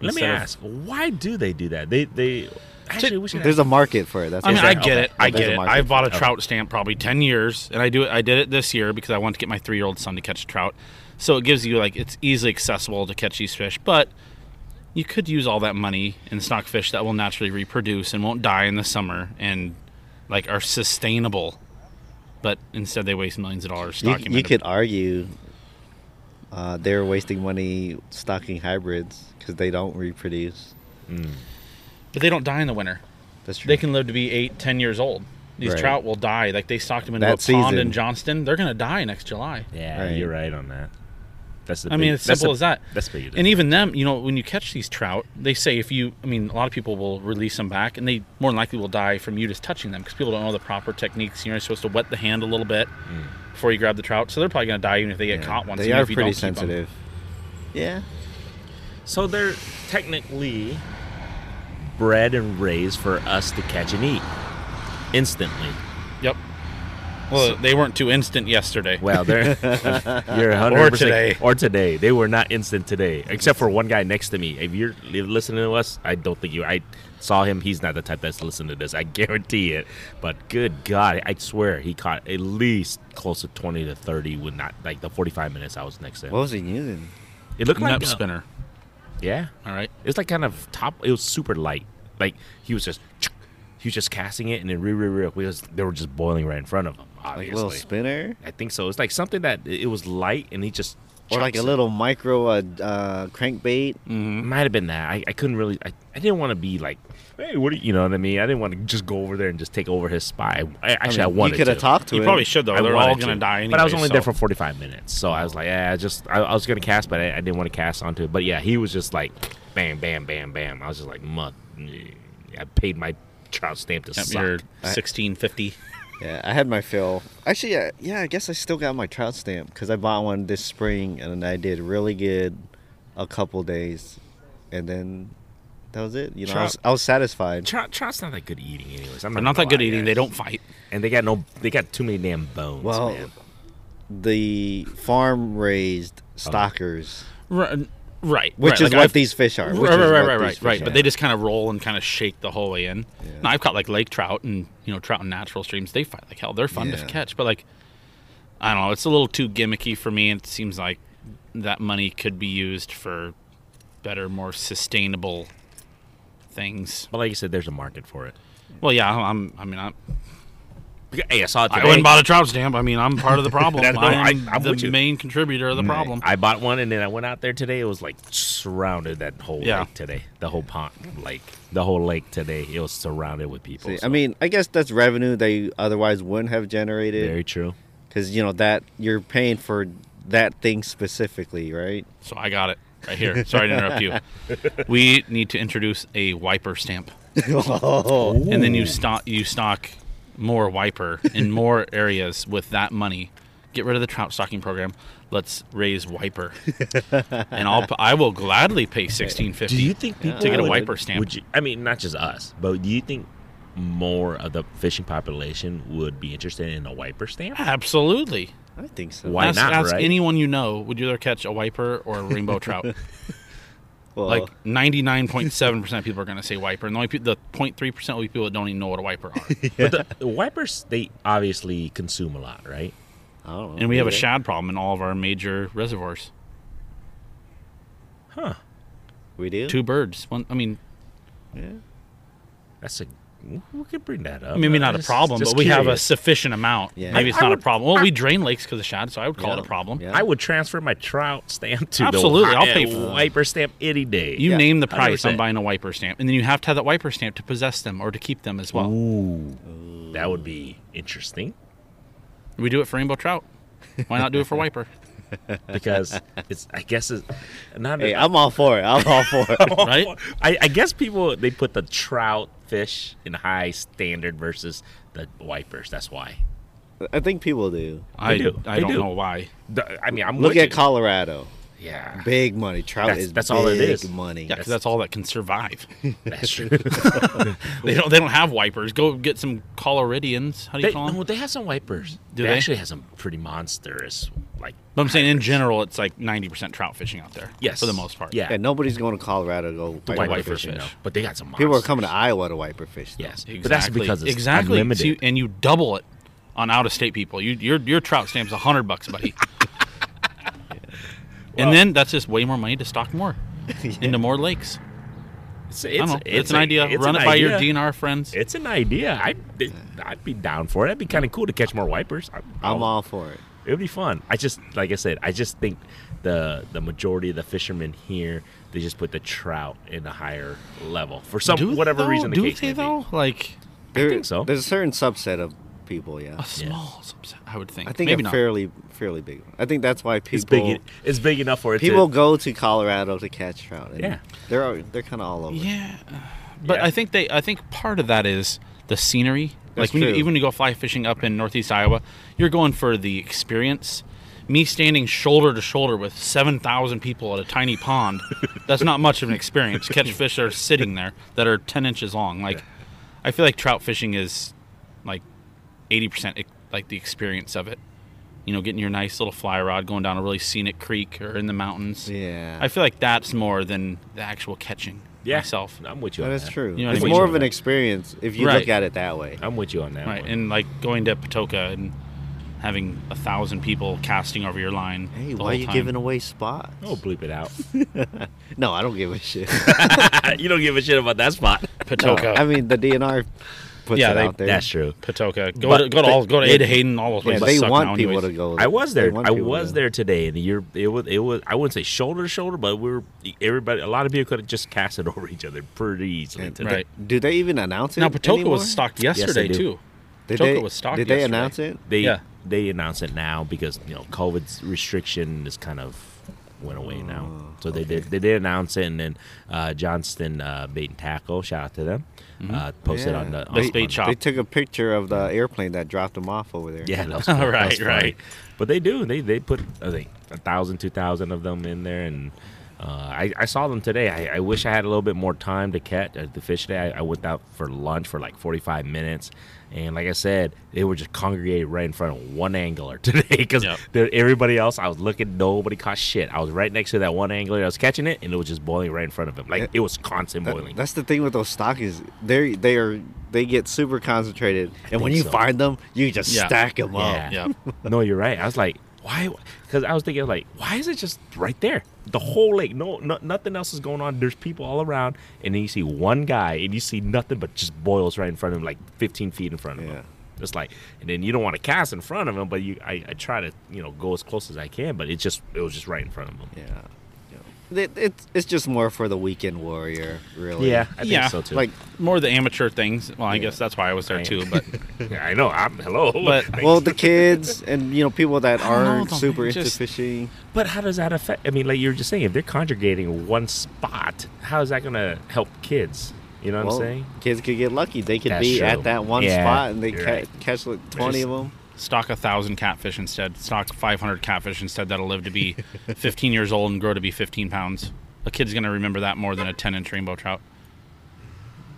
Speaker 1: Let me
Speaker 3: instead of-
Speaker 1: ask, why do they do that? They they actually we should
Speaker 2: There's
Speaker 1: ask-
Speaker 2: a market for it. That's
Speaker 3: I
Speaker 2: what
Speaker 3: mean,
Speaker 2: I'm
Speaker 3: I
Speaker 2: saying.
Speaker 3: get it.
Speaker 2: Yeah,
Speaker 3: I
Speaker 2: there's
Speaker 3: get
Speaker 2: a
Speaker 3: it.
Speaker 2: market
Speaker 3: I bought a
Speaker 1: Okay.
Speaker 3: trout stamp probably ten years, and I do it. I did it this year because I wanted to get my three-year-old son to catch trout. So it gives you like it's easily accessible to catch these fish, but you could use all that money in stock fish that will naturally reproduce and won't die in the summer and like are sustainable. But instead, they waste millions of dollars
Speaker 2: You,
Speaker 3: stocking.
Speaker 2: you
Speaker 3: it.
Speaker 2: could argue uh, they're wasting money stocking hybrids because they don't reproduce.
Speaker 3: but they don't die in the winter.
Speaker 2: That's true.
Speaker 3: They can live to be eight, ten years old. These
Speaker 2: Right.
Speaker 3: trout will die. Like they stocked them into
Speaker 2: That
Speaker 3: a pond in
Speaker 2: season.
Speaker 3: Johnston. They're gonna die next July.
Speaker 1: Yeah,
Speaker 2: Right.
Speaker 1: you're right on that. That's the
Speaker 3: I
Speaker 1: big-
Speaker 3: mean, it's
Speaker 1: that's
Speaker 3: simple
Speaker 1: the-
Speaker 3: as that.
Speaker 1: That's big.
Speaker 3: And even them, you know, when you catch these trout, they say if you, I mean, a lot of people will release them back, and they more than likely will die from you just touching them because people don't know the proper techniques. You're supposed to wet the hand a little bit before you grab the trout, so they're probably going to die even if they get caught once.
Speaker 2: They
Speaker 3: even
Speaker 2: are
Speaker 3: if you
Speaker 2: pretty
Speaker 3: don't keep 'em.
Speaker 2: sensitive. Yeah.
Speaker 1: so they're technically bred and raised for us to catch and eat instantly.
Speaker 3: Yep. Well, they weren't too instant yesterday.
Speaker 1: Well, they're you're 100
Speaker 3: Or today.
Speaker 1: or today. They were not instant today, except for one guy next to me. If you're li- listening to us, I don't think you. I saw him. He's not the type that's listening to this. I guarantee it. But good God, I swear he caught at least close to twenty to thirty. Would not like the forty-five minutes I was next to him.
Speaker 2: What was he using?
Speaker 1: it looked like uh,
Speaker 3: Nut
Speaker 1: a-
Speaker 3: spinner.
Speaker 1: Yeah,
Speaker 3: All right.
Speaker 1: it was like kind of top. It was super light. Like he was just he was just casting it and then re re re. We was they were just boiling right in front of him.
Speaker 2: Like
Speaker 1: Obviously.
Speaker 2: a little spinner?
Speaker 1: I think so. It's like something that it was light and he just
Speaker 2: Or like
Speaker 1: chucks
Speaker 2: a
Speaker 1: it.
Speaker 2: little micro uh, uh, crankbait?
Speaker 1: It might have been that. I, I couldn't really. I, I didn't want to be like, hey, what do you, you know what I mean? I didn't want to just go over there and just take over his spot. I, I- actually, I,
Speaker 2: mean,
Speaker 1: wanted
Speaker 2: You could
Speaker 1: to.
Speaker 2: have talked to
Speaker 3: You
Speaker 2: him.
Speaker 3: probably should though.
Speaker 1: I
Speaker 3: they're all
Speaker 1: wanted
Speaker 3: going to die anyway.
Speaker 1: but I was only there
Speaker 3: so-
Speaker 1: for 45 minutes, so I was like, yeah, I just I, I was gonna cast, but I, I didn't want to cast onto it. But yeah, he was just like, bam, bam, bam, bam. I was just like, muck. I paid my trout stamp to
Speaker 3: Yep,
Speaker 1: suck.
Speaker 3: you're sixteen fifty.
Speaker 2: Yeah, I had my fill. Actually, yeah, yeah I guess I still got my trout stamp because I bought one this spring and I did really good a couple days, and then that was it. You know, I was,
Speaker 1: Trout-
Speaker 2: I was satisfied.
Speaker 1: Trout, trout's not that good eating, anyways. I'm
Speaker 3: They're
Speaker 1: not,
Speaker 3: not
Speaker 1: gonna
Speaker 3: that good
Speaker 1: lie,
Speaker 3: eating.
Speaker 1: guys.
Speaker 3: They don't fight.
Speaker 1: and they got no, they got too many damn bones.
Speaker 2: Well,
Speaker 1: man.
Speaker 2: the farm raised stockers
Speaker 3: Right. Right,
Speaker 2: which
Speaker 3: Oh. right,
Speaker 2: is
Speaker 3: like
Speaker 2: what
Speaker 3: I've-
Speaker 2: these fish are.
Speaker 3: Right,
Speaker 2: which
Speaker 3: right,
Speaker 2: is
Speaker 3: right,
Speaker 2: what
Speaker 3: right,
Speaker 2: these
Speaker 3: right,
Speaker 2: fish
Speaker 3: right.
Speaker 2: are.
Speaker 3: But they just kind of roll and kind of shake the whole way in.
Speaker 2: Yeah.
Speaker 3: Now I've caught like lake trout and you know trout and natural streams. They fight like hell. They're fun
Speaker 2: Yeah.
Speaker 3: to catch, but like I don't know, it's a little too gimmicky for me. It seems like that money could be used for better, more sustainable things.
Speaker 1: But like you said, there's a market for it.
Speaker 3: Well, yeah, I'm. I mean, I'm,
Speaker 1: Hey, I saw it
Speaker 3: I
Speaker 1: today.
Speaker 3: went and bought a trout stamp. I mean, I'm part of the problem.
Speaker 1: That's- no, I-
Speaker 3: I'm,
Speaker 1: I'm with
Speaker 3: the
Speaker 1: you.
Speaker 3: main contributor of the problem.
Speaker 1: I bought one and then I went out there today. It was like surrounded that whole
Speaker 3: Yeah.
Speaker 1: lake today. The whole pond, lake, the whole lake today. It was surrounded with people.
Speaker 2: See, I
Speaker 1: so-
Speaker 2: mean, I guess that's revenue that you otherwise wouldn't have generated
Speaker 1: very true.
Speaker 2: because you know that you're paying for that thing specifically, right?
Speaker 3: So I got it right here. Sorry to interrupt you. We need to introduce a wiper stamp.
Speaker 2: oh,
Speaker 3: and then you stock you stock more wiper in more areas with that money. Get rid of the trout stocking program. Let's raise wiper, and I'll p- I will gladly pay sixteen fifty.
Speaker 1: Do you think people
Speaker 3: To get a
Speaker 1: would-
Speaker 3: wiper stamp.
Speaker 1: Would you, I mean, not just us, but do you think more of the fishing population would be interested in a wiper stamp?
Speaker 3: Absolutely.
Speaker 2: I think so.
Speaker 1: Why
Speaker 3: ask,
Speaker 1: not,
Speaker 3: Ask
Speaker 1: right?
Speaker 3: anyone you know. Would you rather catch a wiper or a rainbow trout?
Speaker 2: Well,
Speaker 3: like ninety nine point seven percent of people are going to say wiper, and the only pe- the 03 percent will be people that don't even know what a wiper are.
Speaker 1: But the, the wipers, they obviously consume a lot, right?
Speaker 2: I don't know.
Speaker 3: and we have a
Speaker 2: Yeah.
Speaker 3: shad problem in all of our major reservoirs.
Speaker 1: Huh.
Speaker 2: We do.
Speaker 3: Two birds. One. I mean,
Speaker 2: Yeah.
Speaker 1: That's a. We could bring that up.
Speaker 3: maybe
Speaker 1: I'm
Speaker 3: not a
Speaker 1: just-
Speaker 3: problem,
Speaker 1: just
Speaker 3: but we have a
Speaker 1: curious.
Speaker 3: sufficient amount.
Speaker 2: Yeah.
Speaker 3: Maybe it's
Speaker 1: I- I
Speaker 3: not
Speaker 1: would-
Speaker 3: a problem. Well, we drain lakes because of shad, so I would call it
Speaker 2: Yeah.
Speaker 3: a problem.
Speaker 2: Yeah.
Speaker 1: I would transfer my trout stamp to
Speaker 3: Absolutely,
Speaker 1: The
Speaker 3: I'll pay for it.
Speaker 1: wiper stamp any day.
Speaker 3: You
Speaker 2: Yeah.
Speaker 3: name the price, I'm
Speaker 1: 100%.
Speaker 3: buying a wiper stamp, and then you have to have that wiper stamp to possess them or to keep them as well.
Speaker 1: Ooh, that would be interesting
Speaker 3: We do it for rainbow trout. Why not do it for wiper?
Speaker 1: because it's. I guess it's not.
Speaker 2: Hey, I'm all for it. I'm all for it.
Speaker 3: Right?
Speaker 1: I, I guess people they put the trout fish in high standard versus the wipers. That's why.
Speaker 2: I think people do.
Speaker 3: I
Speaker 1: do.
Speaker 3: I
Speaker 1: They
Speaker 3: don't
Speaker 1: do.
Speaker 3: know why.
Speaker 1: The- I mean, I'm
Speaker 2: Look
Speaker 1: with
Speaker 2: at
Speaker 1: you.
Speaker 2: Colorado.
Speaker 1: Yeah,
Speaker 2: Big money. Trout
Speaker 1: That's-
Speaker 2: is
Speaker 1: that's
Speaker 2: big
Speaker 1: all it is.
Speaker 2: money.
Speaker 3: Yeah, 'cause that's all that can survive.
Speaker 1: that's true.
Speaker 3: they don't. They don't have wipers. Go get some Coloridians. How do you
Speaker 1: they,
Speaker 3: call them?
Speaker 1: no, they have some wipers.
Speaker 3: Do
Speaker 1: they,
Speaker 3: they?
Speaker 1: actually have some pretty monstrous like.
Speaker 3: but I'm saying in general, it's like 90% trout fishing out there.
Speaker 1: Yes,
Speaker 3: for the most part.
Speaker 1: Yeah,
Speaker 2: Yeah, nobody's going to Colorado to go
Speaker 1: the
Speaker 2: wiper,
Speaker 1: wiper
Speaker 3: wiper
Speaker 1: fish,
Speaker 2: fishing.
Speaker 1: you know,
Speaker 3: fish.
Speaker 1: but they got some. Monsters.
Speaker 2: People are coming to Iowa to wiper fish. Though.
Speaker 1: Yes,
Speaker 3: Exactly.
Speaker 1: but that's because it's
Speaker 3: exactly. So
Speaker 1: unlimited.
Speaker 3: you- and you double it on out of state people. You your your trout stamp's a hundred bucks, buddy. And then that's just way more money to stock more into more lakes.
Speaker 1: it's,
Speaker 3: I
Speaker 1: it's-
Speaker 3: don't know. It's,
Speaker 1: it's
Speaker 3: an
Speaker 1: a-
Speaker 3: idea.
Speaker 1: it's
Speaker 3: Run
Speaker 1: an
Speaker 3: it by your
Speaker 1: idea.
Speaker 3: DNR friends.
Speaker 1: It's an idea. I'd, it- I'd be down for it. That'd be kind of cool to catch more wipers. I,
Speaker 2: I'm all for it.
Speaker 1: It would be fun. I just, like I said, I just think the the majority of the fishermen here they just put the trout in a higher level for some
Speaker 3: do
Speaker 1: whatever
Speaker 3: though,
Speaker 1: reason. The
Speaker 3: do
Speaker 1: case
Speaker 3: they
Speaker 1: may be.
Speaker 3: though? Like
Speaker 2: There-
Speaker 1: think so.
Speaker 2: There's a certain subset of people. Yeah,
Speaker 3: a small subset, I would think.
Speaker 2: I think
Speaker 3: maybe
Speaker 2: a
Speaker 3: not.
Speaker 2: fairly fairly big. One. I think that's why people
Speaker 1: It's big. en- It's big enough for it.
Speaker 2: people
Speaker 1: to,
Speaker 2: go to Colorado to catch trout. and
Speaker 1: Yeah.
Speaker 2: they're all- they're kind of all over.
Speaker 3: Yeah, but
Speaker 1: Yeah.
Speaker 3: I think they. I think part of that is the scenery.
Speaker 2: That's
Speaker 3: like when you,
Speaker 2: true.
Speaker 3: even when you go fly fishing up in Northeast Iowa, you're going for the experience. Me standing shoulder to shoulder with seven thousand people at a tiny pond, that's not much of an experience. Catch fish that are sitting there that are ten inches long. Like, I feel like trout fishing is like eighty percent e, like the experience of it. You know, getting your nice little fly rod, going down a really scenic creek or in the mountains.
Speaker 2: yeah.
Speaker 3: I feel like that's more than the actual catching
Speaker 1: Yeah,
Speaker 3: myself.
Speaker 1: I'm with you.
Speaker 2: that
Speaker 1: on
Speaker 2: is true.
Speaker 3: You know what
Speaker 2: it's
Speaker 3: I mean?
Speaker 2: more of an experience if you
Speaker 3: Right.
Speaker 2: look at it that way.
Speaker 1: I'm with you on that.
Speaker 3: Right,
Speaker 1: one.
Speaker 3: and like going to Patoka and having a thousand people casting over your line.
Speaker 2: Hey,
Speaker 3: the
Speaker 2: why are
Speaker 3: whole
Speaker 2: you
Speaker 3: time.
Speaker 2: giving away spots?
Speaker 1: Oh, bleep it out.
Speaker 2: no, I don't give a shit.
Speaker 1: you don't give a shit about that spot.
Speaker 2: No,
Speaker 3: Patoka?
Speaker 2: I mean, the DNR puts
Speaker 3: Yeah,
Speaker 2: it
Speaker 3: they-
Speaker 2: out there.
Speaker 1: That's true.
Speaker 3: Patoka. Go
Speaker 1: But
Speaker 3: to go to all go to
Speaker 1: they-
Speaker 3: Ada Hayden. All those
Speaker 2: Yeah,
Speaker 3: places.
Speaker 2: they
Speaker 3: suck
Speaker 2: want
Speaker 3: now
Speaker 2: people
Speaker 3: anyways.
Speaker 2: to go.
Speaker 1: I was there.
Speaker 2: They want
Speaker 1: I
Speaker 2: people
Speaker 1: was
Speaker 2: to-
Speaker 1: there today, and you're it was it was I wouldn't say shoulder to shoulder, but we were everybody. A lot of people could have just cast it over each other pretty easily
Speaker 2: And-
Speaker 1: today.
Speaker 3: Right.
Speaker 2: Do they even announce it?
Speaker 3: Now Patoka
Speaker 2: anymore?
Speaker 3: was stocked
Speaker 1: they
Speaker 3: yesterday
Speaker 1: do.
Speaker 3: too.
Speaker 2: Did
Speaker 3: Patoka
Speaker 2: they,
Speaker 3: was stocked
Speaker 2: Did they
Speaker 3: yesterday.
Speaker 2: announce it?
Speaker 1: They
Speaker 3: Yeah.
Speaker 1: they announce it now because you know COVID's restriction is kind of went away now.
Speaker 2: Oh,
Speaker 1: So they did they did announce it, and then uh, Johnston uh, Bait and Tackle, shout out to them,
Speaker 2: Mm-hmm.
Speaker 1: uh, posted on
Speaker 2: Yeah.
Speaker 1: the on,
Speaker 3: Best
Speaker 1: on
Speaker 3: bait
Speaker 1: the-
Speaker 3: shop.
Speaker 2: They took a picture of the airplane that dropped them off over there.
Speaker 1: Yeah, that was
Speaker 3: All
Speaker 1: cool. That
Speaker 3: right,
Speaker 1: was funny.
Speaker 3: right.
Speaker 1: But they do. They they put I think a thousand, two thousand of them in there, and Uh, I, I saw them today. I, I wish I had a little bit more time to catch uh, the fish today. I, I went out for lunch for like 45 minutes, and like I said, they were just congregated right in front of one angler today because
Speaker 3: Yep.
Speaker 1: everybody else I was looking, nobody caught shit. I was right next to that one angler that was catching it, and it was just boiling right in front of him. Like
Speaker 2: Yeah.
Speaker 1: it was constant
Speaker 2: That-
Speaker 1: boiling.
Speaker 2: that's the thing with those stockings. They they are they get super concentrated, and when
Speaker 1: think
Speaker 2: you
Speaker 1: so.
Speaker 2: find them, you just
Speaker 3: Yeah.
Speaker 2: stack them up.
Speaker 1: Yeah.
Speaker 3: Yeah.
Speaker 1: no, you're right. I was like, why? Because I was thinking like, why is it just right there? The whole lake, no, no, nothing else is going on. There's people all around, and then you see one guy, and you see nothing but just boils right in front of him, like 15 feet in front of
Speaker 2: Yeah.
Speaker 1: him. It's like, and then you don't want to cast in front of him, but you, I, I try to, you know, go as close as I can, but it just, it was just right in front of him.
Speaker 2: Yeah, yeah. It, it's it's just more for the weekend warrior, really.
Speaker 1: Yeah, I think
Speaker 3: Yeah.
Speaker 1: so too.
Speaker 2: like
Speaker 3: More the amateur things. Well, I
Speaker 2: Yeah.
Speaker 3: guess that's why I was there
Speaker 1: I-
Speaker 3: too. But
Speaker 1: I know, I'm hello,
Speaker 3: But-
Speaker 1: Thanks.
Speaker 2: well, the kids and you know people that
Speaker 3: I don't know,
Speaker 2: aren't
Speaker 3: though,
Speaker 2: super
Speaker 3: man,
Speaker 2: into
Speaker 3: just-
Speaker 2: fishing.
Speaker 1: But how does that affect? I mean, like you were just saying, if they're congregating one spot, how is that going to help kids? You know what
Speaker 2: well,
Speaker 1: I'm saying?
Speaker 2: kids could get lucky. They could
Speaker 1: That's
Speaker 2: be
Speaker 1: true.
Speaker 2: at that one
Speaker 1: Yeah,
Speaker 2: spot and they
Speaker 1: you're
Speaker 2: ca-
Speaker 1: right.
Speaker 2: catch like twenty of them.
Speaker 3: stock a thousand catfish instead. Stock five hundred catfish instead. That'll live to be fifteen years old and grow to be fifteen pounds. A kid's gonna remember that more than a ten inch rainbow trout.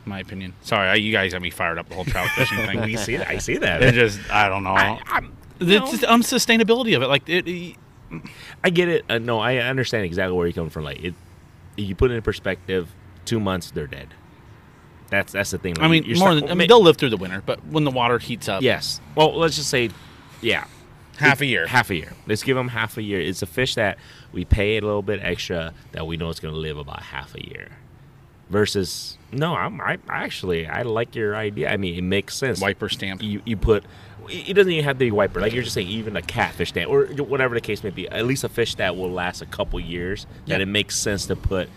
Speaker 3: My opinion. Sorry, I, you guys got me fired up the whole trout fishing
Speaker 1: We
Speaker 3: thing.
Speaker 1: see, I see that.
Speaker 3: It just, I don't know.
Speaker 1: I, I'm-
Speaker 3: the
Speaker 1: no,
Speaker 3: just unsustainability of it, like it, it-
Speaker 1: I get it. Uh, no, I understand exactly where you're coming from. Like it, you put it in perspective. Two months, they're dead. That's that's the thing.
Speaker 3: I
Speaker 1: like,
Speaker 3: mean,
Speaker 1: you're
Speaker 3: more
Speaker 1: stuck-
Speaker 3: than I mean, they'll live through the winter, but when the water heats up,
Speaker 1: yes. Well, let's just say, yeah,
Speaker 3: half a year.
Speaker 1: half a year. Let's give them half a year. It's a fish that we pay a little bit extra that we know it's going to live about half a year. Versus, no, I'm I actually I like your idea. I mean, it makes sense.
Speaker 3: wiper stamp.
Speaker 1: you, you put it doesn't even have to be wiper like you're just saying even a catfish that or whatever the case may be at least a fish that will last a couple years that
Speaker 3: Yeah.
Speaker 1: it makes sense to put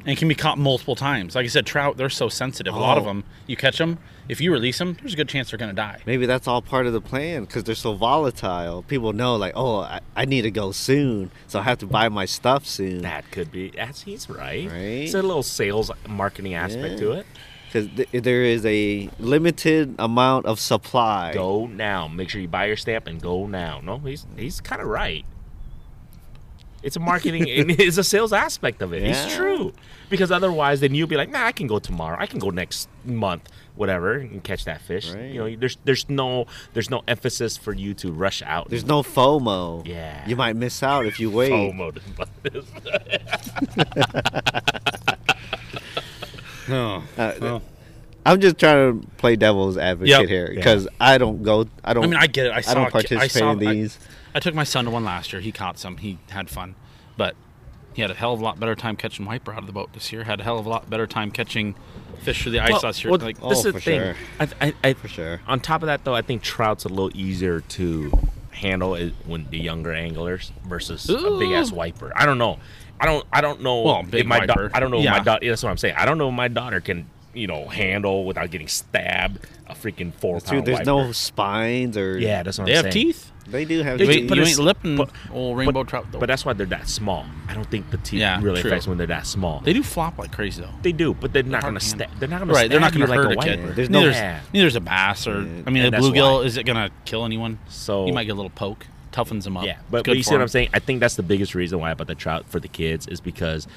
Speaker 3: and it can be caught multiple times. Like I said, trout, they're so sensitive. A lot of
Speaker 2: Oh.
Speaker 3: them, you catch them, if you release them, there's a good chance they're going to die.
Speaker 2: Maybe that's all part of the plan because they're so volatile. People know like, oh, I, I need to go soon, so I have to buy my stuff soon.
Speaker 1: that could be that's he's right,
Speaker 2: Right?
Speaker 1: it's a little sales marketing aspect
Speaker 2: Yeah.
Speaker 1: to it
Speaker 2: because th- there is a limited amount of supply.
Speaker 1: go now make sure you buy your stamp and go now no he's he's kind of right it's a marketing and it's a sales aspect of it it's
Speaker 2: Yeah.
Speaker 1: true because otherwise then you'll be like nah i can go tomorrow i can go next month whatever and catch that fish
Speaker 2: Right.
Speaker 1: you know there's there's no there's no emphasis for you to rush out
Speaker 2: There's no FOMO.
Speaker 1: Yeah.
Speaker 2: You might miss out if you wait.
Speaker 1: FOMO to buy this.
Speaker 3: Oh.
Speaker 2: Uh, I'm just trying to play devil's advocate
Speaker 3: Yep.
Speaker 2: here
Speaker 1: Yeah.
Speaker 2: because I don't go. I don't.
Speaker 3: I mean, I get it. I, saw,
Speaker 2: don't
Speaker 3: a ki-
Speaker 2: participate
Speaker 3: I saw,
Speaker 2: in
Speaker 3: I-
Speaker 2: these.
Speaker 3: I, took my son to one last year. He caught some. He had fun, but he had a hell of a lot better time catching wiper out of the boat this year. Had a hell of a lot better time catching fish through the ice last year. like,
Speaker 2: oh,
Speaker 1: this is the
Speaker 2: for
Speaker 1: thing.
Speaker 2: sure.
Speaker 1: I, I, I,
Speaker 2: For sure.
Speaker 1: On top of that, though, I think trout's a little easier to handle it when the younger anglers versus a big ass
Speaker 3: Ooh.
Speaker 1: wiper. I don't know. I don't. I don't know.
Speaker 3: Well,
Speaker 1: if
Speaker 3: big
Speaker 1: my da-
Speaker 3: wiper.
Speaker 1: I don't know. If
Speaker 3: Yeah.
Speaker 1: my daughter. that's what I'm saying. I don't know. If my daughter can you know handle without getting stabbed a freaking four
Speaker 2: Dude,
Speaker 1: pound.
Speaker 2: there's
Speaker 1: wiper.
Speaker 2: no spines or.
Speaker 1: Yeah, that's what
Speaker 3: they
Speaker 1: I'm
Speaker 3: have
Speaker 1: saying.
Speaker 3: teeth.
Speaker 2: They do have.
Speaker 1: They
Speaker 3: You,
Speaker 1: But
Speaker 3: ain't-
Speaker 2: teeth.
Speaker 1: do.
Speaker 3: you
Speaker 1: it's-
Speaker 3: ain't lipping
Speaker 1: but-
Speaker 3: old
Speaker 1: But,
Speaker 3: rainbow trout though.
Speaker 1: but that's why they're that small. I don't think petite
Speaker 3: Yeah,
Speaker 1: really
Speaker 3: true.
Speaker 1: affects when they're that small.
Speaker 3: they do flop like crazy though.
Speaker 1: They do, but they're not
Speaker 3: hard
Speaker 1: gonna
Speaker 3: to
Speaker 1: stab.
Speaker 3: handle.
Speaker 1: They're not gonna.
Speaker 3: Right, they're not
Speaker 1: stab you
Speaker 3: going to hurt
Speaker 1: like
Speaker 3: a,
Speaker 1: wiper.
Speaker 3: kid.
Speaker 2: There's no-
Speaker 3: neither's,
Speaker 1: Yeah.
Speaker 3: neither's a bass or
Speaker 2: Yeah,
Speaker 3: I mean a
Speaker 1: and that's
Speaker 3: bluegill.
Speaker 1: why.
Speaker 3: Is it going to kill anyone?
Speaker 1: So-
Speaker 3: you might get a little poke, toughens them up.
Speaker 1: Yeah,
Speaker 3: It's
Speaker 1: but,
Speaker 3: good
Speaker 1: but you see
Speaker 3: for
Speaker 1: what
Speaker 3: 'em.
Speaker 1: I'm saying? I think that's the biggest reason why about the trout for the kids is because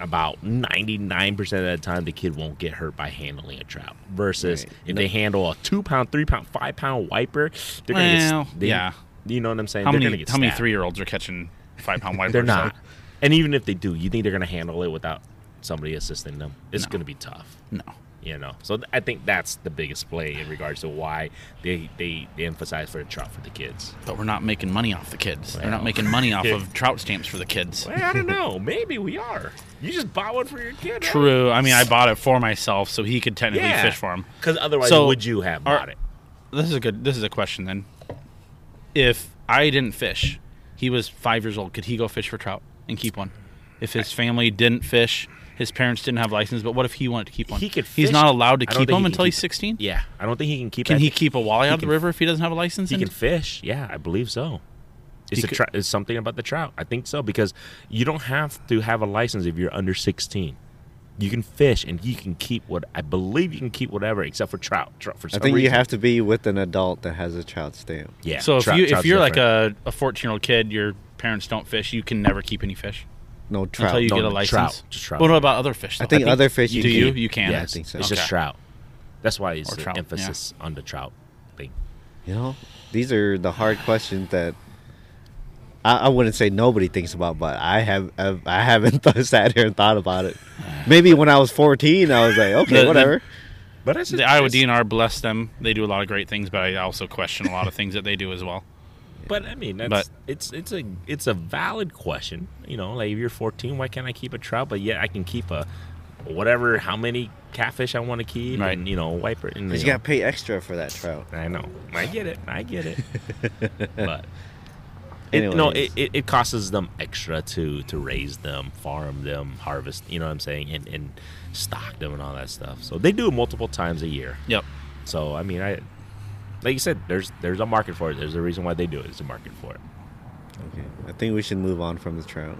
Speaker 1: about 99% of the time the kid won't get hurt by handling a trout versus
Speaker 2: Right.
Speaker 1: if they handle a two pound, three pound, five pound wiper, they're gonna
Speaker 3: Well,
Speaker 1: get they-
Speaker 3: yeah.
Speaker 1: You know what I'm saying?
Speaker 3: How
Speaker 1: they're
Speaker 3: many
Speaker 1: gonna get
Speaker 3: how many
Speaker 1: stabbed.
Speaker 3: three year olds are catching five pound wipers?
Speaker 1: They're
Speaker 3: So-
Speaker 1: not. And even if they do, you think they're gonna handle it without somebody assisting them? It's gonna be tough.
Speaker 3: No.
Speaker 1: You know, so th- I think that's the biggest play in regards to why they they, they emphasize for the trout for the kids.
Speaker 3: But we're not making money off the kids. They're
Speaker 1: Well.
Speaker 3: not making money off of trout stamps for the kids.
Speaker 1: Well, I don't know. Maybe we are. You just bought one for your kid. right?
Speaker 3: True. I mean, I bought it for myself so he could technically fish for him.
Speaker 1: Because otherwise,
Speaker 3: So,
Speaker 1: would you have
Speaker 3: are-
Speaker 1: bought it?
Speaker 3: This is a good. This is a question then. If I didn't fish, he was five years old. Could he go fish for trout and keep one? If his family didn't fish, his parents didn't have license. But what if he wanted to keep one?
Speaker 1: He could
Speaker 3: He's
Speaker 1: fish.
Speaker 3: not allowed to
Speaker 1: I don't
Speaker 3: keep
Speaker 1: think
Speaker 3: them
Speaker 1: he
Speaker 3: until
Speaker 1: can
Speaker 3: he's
Speaker 1: keep-
Speaker 3: sixteen.
Speaker 1: Yeah, I don't think he can keep.
Speaker 3: Can
Speaker 1: that.
Speaker 3: he keep a walleye out of the
Speaker 1: can-
Speaker 3: river if he doesn't have a license?
Speaker 1: He
Speaker 3: And-
Speaker 1: can fish. Yeah, I believe so. It's
Speaker 3: He
Speaker 1: a
Speaker 3: could-
Speaker 1: tr- it's something about the trout. I think so because you don't have to have a license if you're under sixteen. You can fish and you can keep what I believe you can keep whatever except for trout. trout for
Speaker 2: I
Speaker 1: some
Speaker 2: think you
Speaker 1: reason.
Speaker 2: have to be with an adult that has a trout stamp.
Speaker 1: Yeah.
Speaker 3: So if
Speaker 1: trout-
Speaker 3: you if
Speaker 1: trout's
Speaker 3: you're like
Speaker 1: different.
Speaker 3: a a 14 year old kid, your parents don't fish, you can never keep any fish.
Speaker 2: no trout.
Speaker 3: until you
Speaker 1: No,
Speaker 3: get a
Speaker 1: no,
Speaker 3: license.
Speaker 1: trout. Just trout.
Speaker 3: But what about other fish?
Speaker 2: I
Speaker 3: though?
Speaker 2: think other fish
Speaker 3: Do
Speaker 2: you
Speaker 3: you?
Speaker 2: can.
Speaker 3: You can.
Speaker 2: Yeah, I
Speaker 1: Yes,
Speaker 2: think so.
Speaker 1: It's
Speaker 3: Okay.
Speaker 1: just trout. That's why it's
Speaker 3: Or
Speaker 1: the
Speaker 3: trout, yeah.
Speaker 1: emphasis on the trout thing.
Speaker 2: You know, these are the hard questions that I, I wouldn't say nobody thinks about, but I have I've, I haven't th- sat here and thought about it. Maybe when I was fourteen, I was like,
Speaker 3: The-
Speaker 2: okay,
Speaker 3: the-
Speaker 2: whatever.
Speaker 1: But that's
Speaker 3: The Iowa DNR bless them. They do a lot of great things, but I also question a lot of things that they do as well.
Speaker 1: But I mean, that's, it's it's a it's a valid question. You know, like if you're 14, why can't I keep a trout? But yet I can keep a whatever, how many catfish I want to keep,
Speaker 3: Right.
Speaker 1: and you know, wipe it. And,
Speaker 2: 'Cause
Speaker 1: you
Speaker 2: you got to pay extra for that trout.
Speaker 1: know, I know, I get it, I get it. but it,
Speaker 2: Anyways,
Speaker 1: no, it, it, it costs them extra to to raise them, farm them, harvest. You know what I'm saying, and and stock them and all that stuff. So they do it multiple times a year.
Speaker 3: Yep.
Speaker 1: So I mean, I like you said, there's there's a market for it. There's a reason why they do it. There's a market for it.
Speaker 2: okay. I think we should move on from the trout.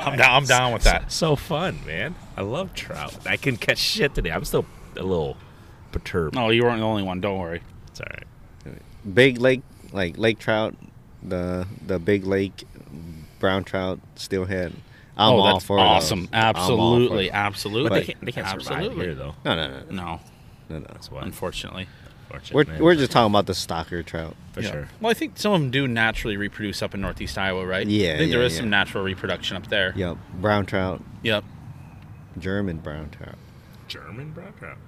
Speaker 3: I'm down. I'm down with that.
Speaker 1: So fun, man. I love trout. I can catch shit today. I'm still a little perturbed.
Speaker 3: No, you weren't the only one. Don't worry.
Speaker 1: It's all right.
Speaker 2: Big lake, like lake trout, the the big lake, brown trout, steelhead. I'm
Speaker 3: oh,
Speaker 2: all
Speaker 3: that's
Speaker 2: for
Speaker 3: awesome.
Speaker 2: those. I'm all for
Speaker 3: Absolutely,
Speaker 2: those.
Speaker 3: absolutely.
Speaker 1: But they can't, they can't survive
Speaker 3: Absolutely.
Speaker 1: here though.
Speaker 2: No, no, no, no,
Speaker 3: No,
Speaker 2: no, no.
Speaker 1: That's why.
Speaker 3: unfortunately.
Speaker 1: unfortunate,
Speaker 2: We're
Speaker 1: man.
Speaker 2: we're just talking about the stalker trout.
Speaker 1: for
Speaker 3: Yeah.
Speaker 1: sure.
Speaker 3: Well, I think some of them do naturally reproduce up in Northeast Iowa, right?
Speaker 2: Yeah,
Speaker 3: I think there
Speaker 2: yeah,
Speaker 3: is some
Speaker 2: yeah.
Speaker 3: natural reproduction up there.
Speaker 2: Yep, brown trout,
Speaker 3: Yep.
Speaker 2: German brown trout.
Speaker 1: German brown trout.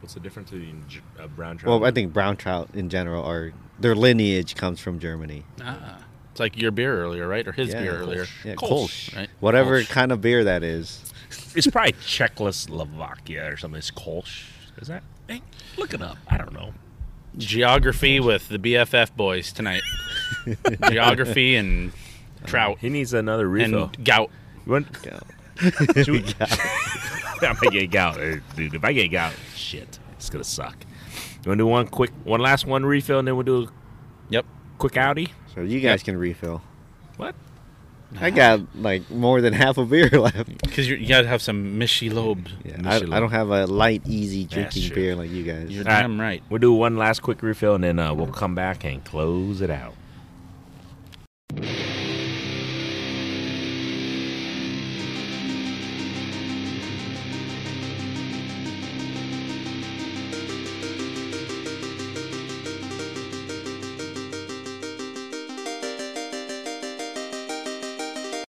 Speaker 1: What's the difference between G- uh, brown trout?
Speaker 2: Well, I think brown trout in general are their lineage comes from Germany.
Speaker 3: Ah. It's like your beer earlier, right? Or his
Speaker 2: Yeah,
Speaker 3: beer
Speaker 2: Kolsch.
Speaker 3: earlier.
Speaker 2: Yeah,
Speaker 1: Kolsch.
Speaker 2: Kolsch.
Speaker 3: Right?
Speaker 2: Whatever
Speaker 3: Kolsch.
Speaker 2: kind of beer that is.
Speaker 1: it's probably Czechoslovakia or something. It's Kolsch. Is that? Hey, look it up. I don't know.
Speaker 3: Geography with the BFF boys tonight. Geography and
Speaker 2: Uh,
Speaker 3: trout
Speaker 1: He needs another
Speaker 3: and
Speaker 1: refill.
Speaker 3: gout.
Speaker 1: You want-
Speaker 2: Yeah.
Speaker 1: Should we- I might get gout, eh, dude. If I get gout, shit, it's gonna suck. You want to do one quick, one last one refill, and then we'll do a
Speaker 3: Yep.
Speaker 1: quick outie?
Speaker 2: So you guys can refill.
Speaker 1: What?
Speaker 2: I got like more than half a beer left.
Speaker 3: Because you gotta have some Michelob.
Speaker 2: Yeah, I, I
Speaker 1: Michelin.
Speaker 2: don't have a light, easy drinking
Speaker 1: shit.
Speaker 2: beer like you guys.
Speaker 3: You're
Speaker 1: All right.
Speaker 3: damn right.
Speaker 1: We'll do one last quick refill, and then uh, we'll come back and close it out.